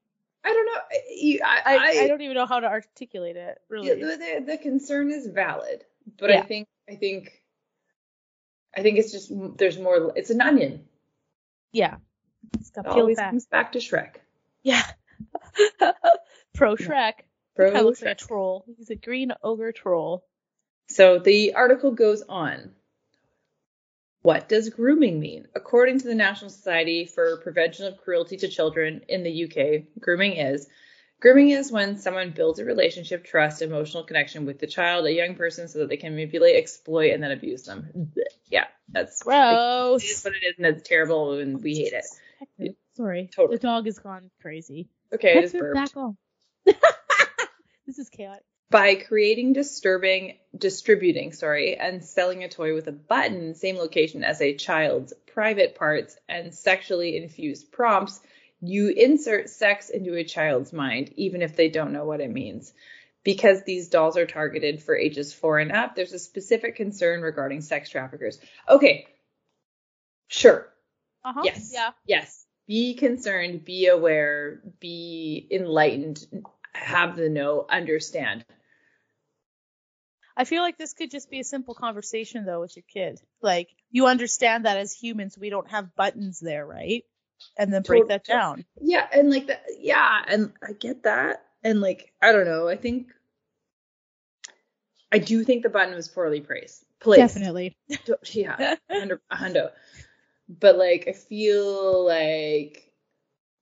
F: I don't know. You- I,
E: I, I,
F: I-
E: don't even know how to articulate it really.
F: yeah, the, the, the concern is valid, but I
E: Yeah.
F: think I think I think it's just there's more. It's an onion.
E: yeah, it's
F: It
E: got peeled
F: always
E: back.
F: comes back to Shrek.
E: Yeah. Pro Shrek.
F: Pro
E: Kind of looks like a
F: Shrek.
E: troll. He's a green ogre troll.
F: So the article goes on. What does grooming mean? According to the National Society for Prevention of Cruelty to Children in the UK, grooming is grooming is when someone builds a relationship, trust, emotional connection with the child, a young person, so that they can manipulate, exploit, and then abuse them. Blech. Yeah, that's it is
E: Gross.
F: what it is, and it's terrible, and we hate it.
E: Hector, Sorry,
F: Totally.
E: the dog has gone crazy.
F: Okay, I just
E: Hector,
F: burped.
E: back off. this is chaotic.
F: by creating disturbing distributing sorry and selling a toy with a button in the same location as a child's private parts and sexually infused prompts you insert sex into a child's mind even if they don't know what it means because these dolls are targeted for ages 4 and up there's a specific concern regarding sex traffickers okay sure
E: Uh huh.
F: Yes.
E: Yeah.
F: Yes. Be concerned, be aware, be enlightened, have the know, understand.
E: I feel like this could just be a simple conversation though with your kid. Like you understand that as humans we don't have buttons there, right? And then break
F: Tot-
E: that down.
F: Yeah, and like that. Yeah, and I get that. And like, I don't know. I think I do think the button was poorly praised. Placed.
E: Definitely.
F: Do- Yeah, a hundred- a hundo. But like, I feel like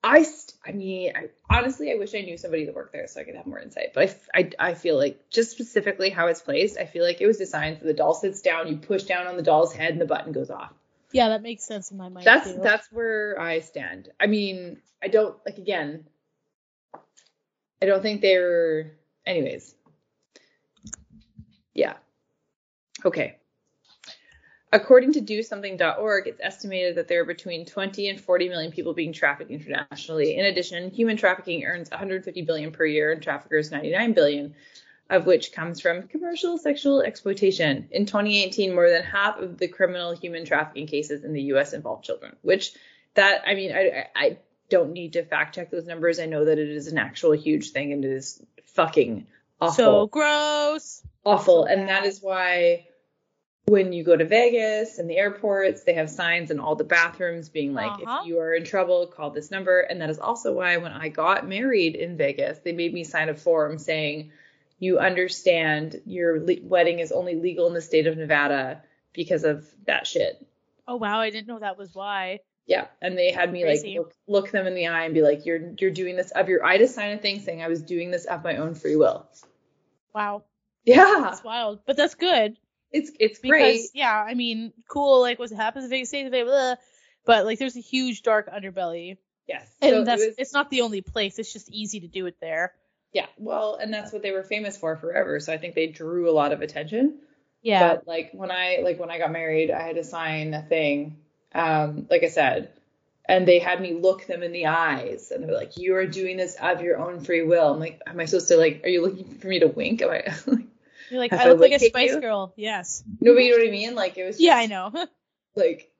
F: I. St- I mean, I, honestly, I wish I knew somebody that worked there so I could have more insight. But I, f- I, I feel like just specifically how it's placed, I feel like it was designed for the doll sits down, you push down on the doll's head, and the button goes off
E: Yeah, that makes sense in my mind.
F: that's
E: too.
F: that's where I stand. I mean, I don't like again. I don't think they were. Anyways, yeah. Okay. According to DoSomething.org, it's estimated that there are between 20 and 40 million people being trafficked internationally. In addition, human trafficking earns 150 billion per year, and traffickers 99 billion of which comes from commercial sexual exploitation. In 2018, more than half of the criminal human trafficking cases in the U.S. involved children, which that, I mean, I, I I don't need to fact check those numbers. I know that it is an actual huge thing and it is fucking awful
E: so gross.
F: awful.
E: So
F: and that
E: bad.
F: is why when you go to Vegas and the airports, they have signs in all the bathrooms being like,
E: Uh-huh.
F: if you are in trouble, call this number. And that is also why when I got married in Vegas, they made me sign a form saying, you understand your le- wedding is only legal in the state of Nevada because of that shit.
E: Oh wow, I didn't know that was why.
F: Yeah, and they had me like
E: Crazy.
F: look, look them in the eye and be like, "You're you're doing this of your." I just signed a thing saying I was doing this of my own free will.
E: Wow.
F: Yeah,
E: That's wild. But that's good.
F: it's it's
E: because
F: great.
E: yeah, I mean, cool. Like, what happens in Vegas stays in Vegas, blah, but like, there's a huge dark underbelly,
F: Yes,
E: and
F: So it
E: that's
F: was-
E: it's not the only place. It's just easy to do it there.
F: Yeah, well, and that's what they were famous for forever. So I think they drew a lot of attention.
E: Yeah,
F: But like when I like when I got married, I had to sign a thing, um, like I said, and they had me look them in the eyes, and they were like, "You are doing this of your own free will." I'm like, "Am I supposed to like? Are you looking for me to wink?" Am I?
E: you're like,
F: Have
E: I
F: I
E: look like a
F: looked at
E: Spice
F: you?
E: Girl. Yes.
F: no, but you know what I mean. Like it was. Just,
E: Yeah, I know.
F: Like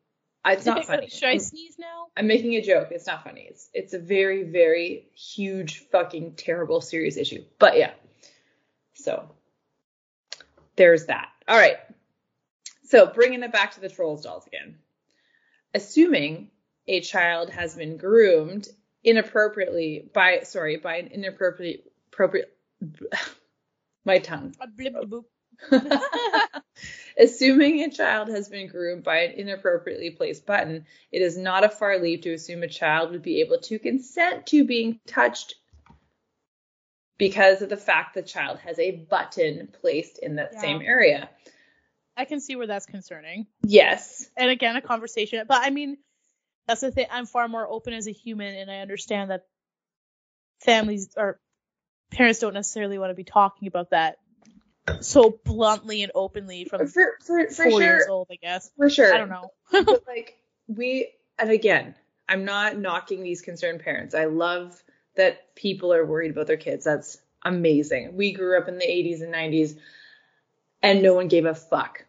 F: it's not funny.
E: Should I
F: I'm-
E: sneeze now?
F: I'm making a joke. It's not funny. It's it's a very very huge fucking terrible serious issue. But yeah. So there's that. All right. So bringing it back to the trolls dolls again. Assuming a child has been groomed inappropriately by sorry, by an inappropriate appropriate my tongue.
E: A blip, blip, boop.
F: Assuming a child has been groomed by an inappropriately placed button, it is not a far leap to assume a child would be able to consent to being touched because of the fact the child has a button placed in that
E: Yeah.
F: same area.
E: I can see where that's concerning.
F: Yes.
E: And again, a conversation. But I mean, that's the thing. I'm far more open as a human, and I understand that families or parents don't necessarily want to be talking about that so bluntly and openly from
F: For, for, for
E: four years
F: sure.
E: old, I guess.
F: For sure.
E: I don't know.
F: but like we and again i'm not knocking these concerned parents i love that people are worried about their kids that's amazing we grew up in the 80s and 90s and no one gave a fuck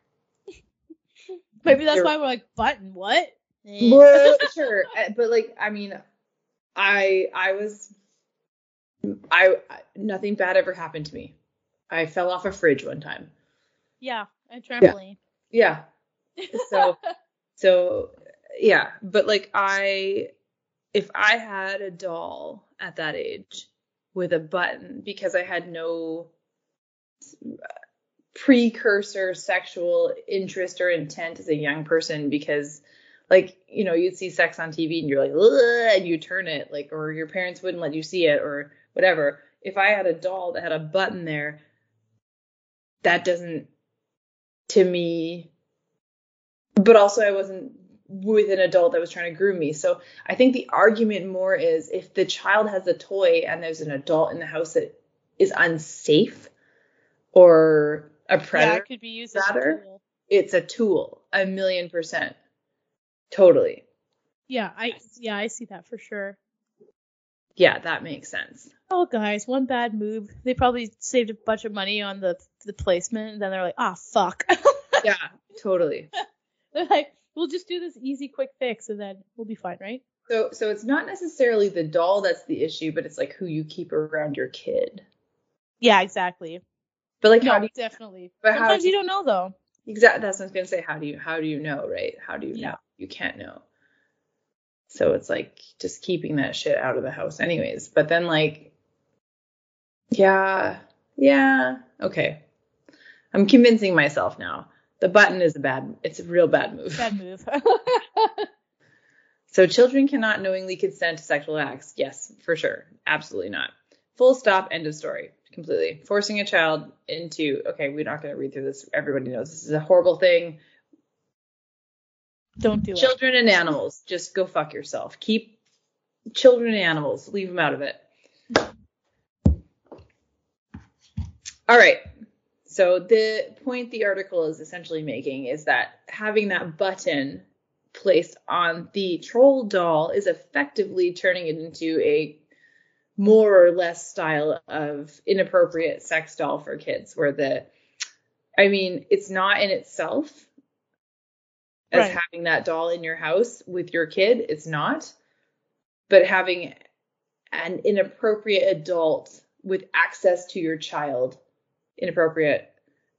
E: Maybe that's
F: You're-
E: why we're like, button, what? Eh.
F: well, sure uh, but like i mean i i was I, I nothing bad ever happened to me i fell off a fridge one time
E: Yeah, and trampoline.
F: yeah so so yeah but like i if i had a doll at that age with a button because i had no precursor sexual interest or intent as a young person because like you know you'd see sex on tv and you're like "Ugh," and you turn it like or your parents wouldn't let you see it or whatever if i had a doll that had a button there that doesn't to me but also I wasn't with an adult that was trying to groom me. So I think the argument more is if the child has a toy and there's an adult in the house that is unsafe or a
E: yeah,
F: predator,
E: it could be used as a
F: Predator?
E: tool.
F: it's a tool, a million percent. Totally.
E: Yeah, I yeah, I see that for sure.
F: Yeah, that makes sense.
E: Oh guys, one bad move. They probably saved a bunch of money on the the placement, and then they're like, ah, fuck.
F: Yeah, totally.
E: they're like, we'll just do this easy, quick fix, and then we'll be fine, right?
F: So so it's not necessarily the doll that's the issue, but it's like who you keep around your kid.
E: Yeah, exactly.
F: But like, how
E: No,
F: do you,
E: definitely.
F: but how
E: Sometimes
F: do
E: you don't know though.
F: Exactly. That's what I was gonna say. How do you how do you know, right? How do you
E: Yeah.
F: know? You can't know. So it's like just keeping that shit out of the house, anyways. But then like, yeah, yeah, okay. I'm convincing myself now. The button is a bad. It's a real bad move.
E: Bad move.
F: So children cannot knowingly consent to sexual acts. Yes, for sure. Absolutely not. Full stop. End of story. Completely. Forcing a child into okay, we're not gonna read through this. Everybody knows this is a horrible thing.
E: don't do it.
F: Children and animals, just go fuck yourself. Keep children and animals, leave them out of it. All right. So the point the article is essentially making is that having that button placed on the troll doll is effectively turning it into a more or less style of inappropriate sex doll for kids where the I mean, it's not in itself as
E: Right.
F: having that doll in your house with your kid, it's not. But having an inappropriate adult with access to your child, inappropriate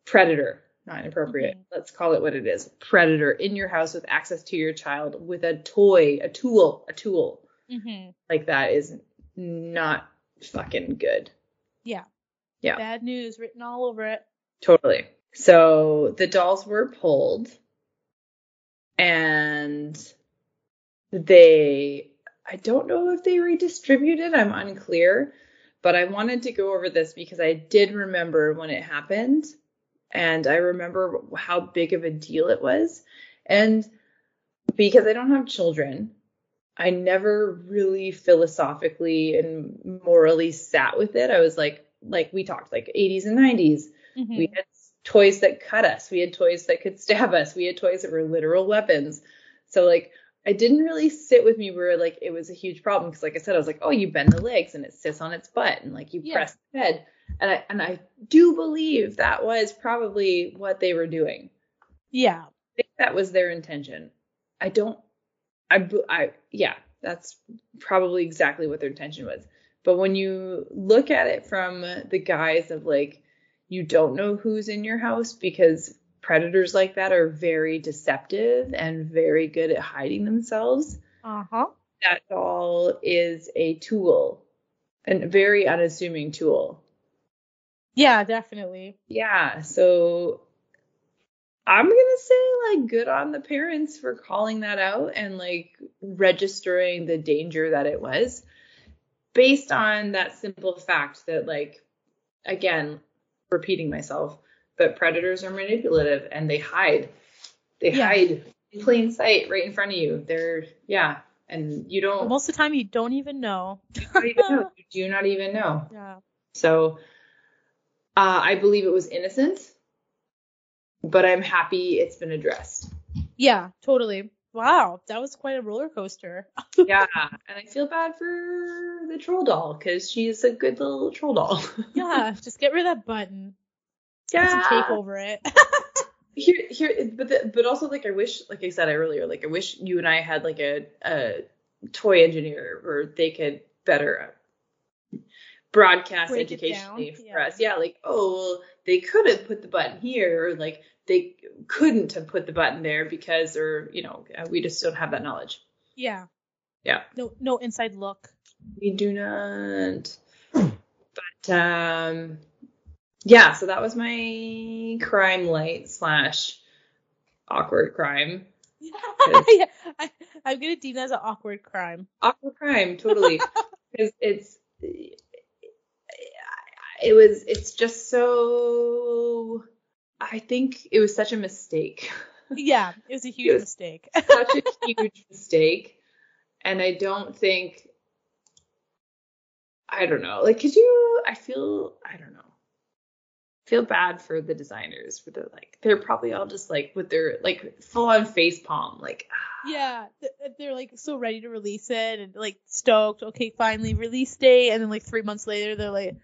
F: predator, not inappropriate, let's call it what it is predator in your house with access to your child with a toy, a tool, a tool
E: hmm
F: like that is not fucking good. Yeah.
E: Bad news written all over it.
F: Totally. So the dolls were pulled and they, I don't know if they redistributed, I'm unclear, but I wanted to go over this because I did remember when it happened and I remember how big of a deal it was. And because I don't have children, I never really philosophically and morally sat with it. I was like, like we talked like 80s and 90s.
E: Mhm.
F: We had toys that cut us. We had toys that could stab us. We had toys that were literal weapons. So like it didn't really sit with me where like it was a huge problem because like I said, I was like, oh, you bend the legs and it sits on its butt and like you
E: Yeah.
F: press the head. And I and I do believe that was probably what they were doing.
E: Yeah.
F: I think that was their intention. I don't I b- I yeah, that's probably exactly what their intention was. But when you look at it from the guise of like you don't know who's in your house because predators like that are very deceptive and very good at hiding themselves,
E: Uh huh.
F: that doll is a tool, a very unassuming tool.
E: Yeah, definitely.
F: Yeah, so I'm gonna say like good on the parents for calling that out and like registering the danger that it was based on that simple fact that like again, repeating myself, but predators are manipulative and they hide. They
E: Yeah.
F: hide in plain sight right in front of you. They're yeah, and you
E: But
F: don't,
E: most of the time, you don't even know.
F: you don't even know. You do not even know.
E: Yeah.
F: So uh, I believe it was innocent, but I'm happy it's been addressed.
E: Yeah. Totally. Wow, that was quite a roller coaster.
F: yeah, and I feel bad for the troll doll because she's a good little troll doll.
E: yeah. Just get rid of that button. Put some tape over it.
F: Here, here, but the, but also like I wish, like I said earlier, like I wish you and I had like a a toy engineer where they could better broadcast
E: Break it
F: educationally
E: down,
F: for
E: yeah.
F: us. Yeah, like oh, well, they could have put the button here, or like they couldn't have put the button there because, or you know, uh, we just don't have that knowledge.
E: yeah.
F: Yeah.
E: No, no inside look.
F: We do not. But um, yeah, so that was my crime light slash awkward crime.
E: yeah,
F: Yes.
E: I, I'm gonna deem that as an awkward crime.
F: awkward crime totally because it's it was it's just so i think it was such a mistake
E: Yeah, it was a huge
F: Yes.
E: mistake.
F: such a huge mistake and i don't think i don't know like could you i feel i don't know feel bad for the designers for the like they're probably all just like with their like full on face palm like
E: yeah, th- uh, they're like so ready to release it and like stoked. Okay, finally release date, and then like three months later, they're like,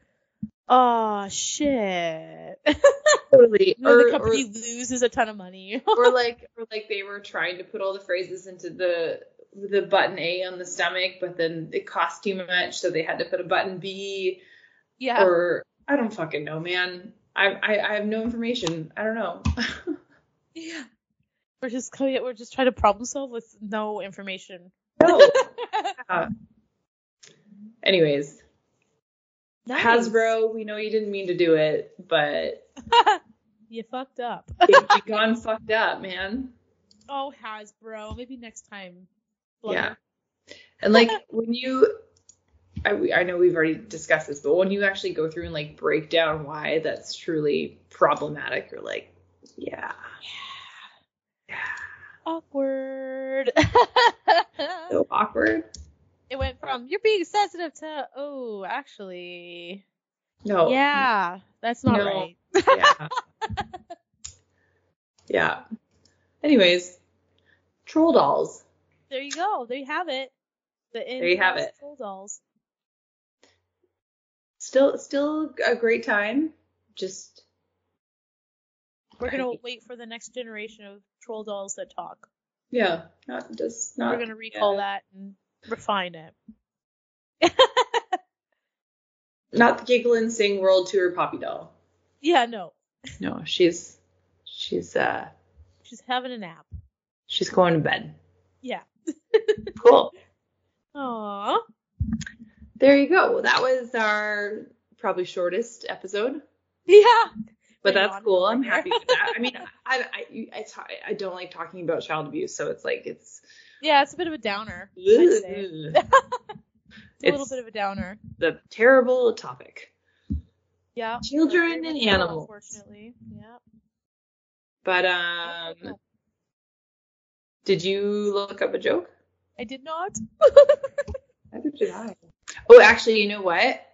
E: oh shit, and then
F: totally
E: the company loses a ton of money.
F: or like or like they were trying to put all the phrases into the the button A on the stomach, but then it cost too much, so they had to put a button B
E: yeah,
F: or I don't fucking know, man. I, I, I have no information. I don't know.
E: Yeah. We're just coming. We're just trying to problem solve with no information.
F: no. Uh, anyways,
E: Nice.
F: Hasbro, we know you didn't mean to do it, but
E: you fucked up.
F: you you gone fucked up, man.
E: Oh, Hasbro. Maybe next time.
F: Yeah. And like when you, I, we- I know we've already discussed this, but when you actually go through and like break down why that's truly problematic, you're like, yeah,
E: Awkward.
F: so awkward.
E: it went from you're being sensitive to oh, actually,
F: No.
E: yeah, that's not
F: Oh. No.
E: right.
F: Yeah. yeah. Anyways, troll dolls.
E: There you go. There you have it. The
F: There you have
E: in-house
F: it.
E: Troll dolls.
F: Still, still a great time. Just
E: We're gonna
F: Right.
E: wait for the next generation of troll dolls that talk.
F: yeah, not just not.
E: We're gonna recall
F: Uh, yeah.
E: that and refine it.
F: Not the giggle and sing world tour poppy doll.
E: Yeah, no,
F: No, she's she's uh
E: she's having a nap.
F: she's going to bed.
E: Yeah.
F: Cool.
E: Aww.
F: There you go. Well, that was our probably shortest episode,
E: Yeah.
F: but
E: Right
F: that's
E: on
F: cool.
E: over
F: I'm
E: here.
F: happy with that. I mean, I I you- I, ta- I don't like talking about child abuse, so it's like it's
E: Yeah, it's a bit of a downer. I'd say. It's
F: it's
E: a little bit of a downer.
F: the terrible topic.
E: Yeah.
F: Children and animals.
E: Unfortunately. Yeah.
F: But um did you look up a joke?
E: I did not.
F: Neither did I. Oh, actually, you know what?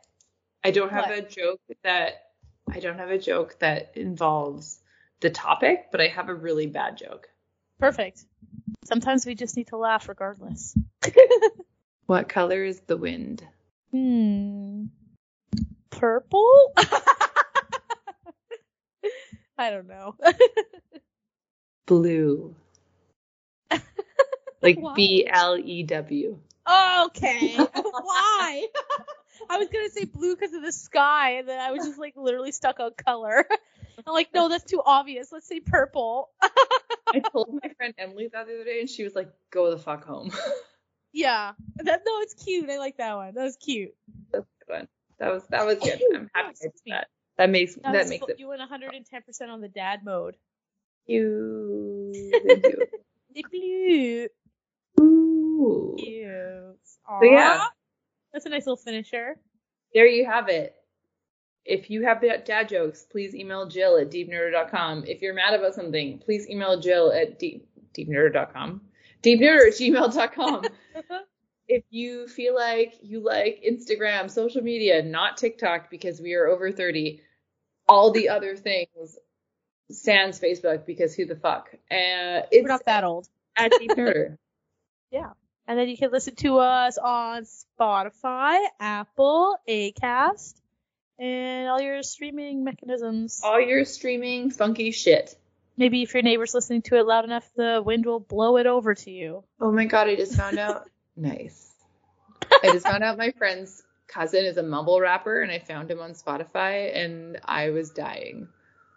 F: I don't have
E: What?
F: a joke that I don't have a joke that involves the topic, but I have a really bad joke.
E: Perfect. Sometimes we just need to laugh regardless.
F: What color is the wind?
E: Hmm. Purple? I don't know.
F: Blue. like
E: Why?
F: B L E W.
E: okay. Why? I was gonna say blue because of the sky, and then I was just like literally stuck on color. I'm like, no, that's too obvious. Let's say purple.
F: I told my friend Emily that the other day, and she was like, "Go the fuck home."
E: Yeah. That, no, it's cute. I like that one. That was cute.
F: that was that was good. I'm happy I did
E: Sweet.
F: that. That makes
E: That,
F: that,
E: was
F: makes
E: fu-
F: it
E: you went 110% on the dad mode.
F: cute.
E: They blew.
F: Ooh.
E: Cute.
F: So yeah,
E: Aw. That's a nice little finisher.
F: there you have it. If you have da- dad jokes, please email Jill at deepnerder.com. If you're mad about something, please email Jill at deep, deepnerder.com. Deepnerder at gmail.com. if you feel like you like Instagram, social media, not TikTok because we are over 30, all the other things sans Facebook because who the fuck? Uh,
E: We're
F: it's
E: not that old.
F: at deepnerder.
E: And then you can listen to us on Spotify, Apple, Acast, and all your streaming mechanisms.
F: all your streaming funky shit.
E: Maybe if your neighbor's listening to it loud enough, the wind will blow it over to you.
F: Oh my god, I just found out. nice. I just found out my friend's cousin is a mumble rapper and I found him on Spotify and I was dying.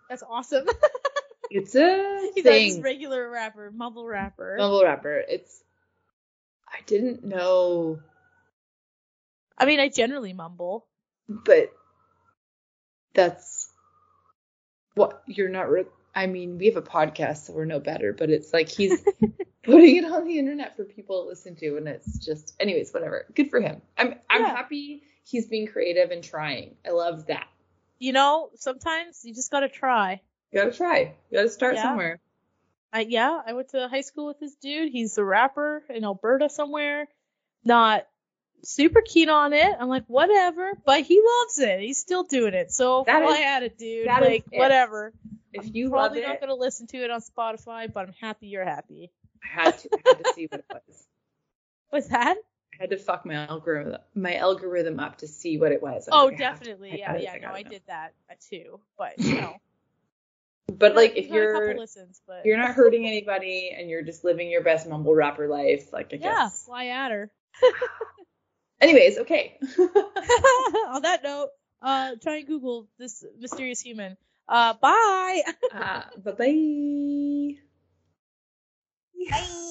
E: That's awesome.
F: It's a
E: He's not
F: thing.
E: just regular rapper, mumble rapper.
F: Mumble rapper. It's I didn't know,
E: I mean, I generally mumble.
F: but that's what you're not re- I mean, we have a podcast so we're no better, but it's like he's putting it on the internet for people to listen to and it's just anyways, whatever. Good for him. I'm I'm
E: Yeah.
F: happy he's being creative and trying. I love that.
E: You know, sometimes you just gotta try.
F: You gotta try. You gotta start
E: Yeah.
F: somewhere.
E: I, yeah, I went to high school with this dude. He's a rapper in Alberta somewhere. Not super keen on it. I'm like, whatever. But he loves it. He's still doing it. So
F: That
E: fly
F: is-
E: at it, dude.
F: that is
E: Like,
F: it.
E: whatever.
F: If you love
E: Probably
F: it,
E: not gonna listen to it on Spotify, but I'm happy you're happy.
F: I had to I had to see what it was.
E: What's that?
F: I had to fuck my algorithm my algorithm up to see what it was. I'm
E: oh,
F: like, I have to-
E: definitely.
F: I
E: yeah,
F: gotta-
E: yeah.
F: I
E: no,
F: gotta
E: I
F: know.
E: did that uh, too. But you know,
F: But like if
E: he's got a couple
F: you're
E: listens, but
F: you're not hurting anybody and you're just living your best mumble rapper life, like I
E: yeah,
F: guess.
E: fly at her.
F: Anyways, okay.
E: on that note, uh, try and Google this mysterious human. Uh, bye.
F: Uh, bye bye.
C: Bye.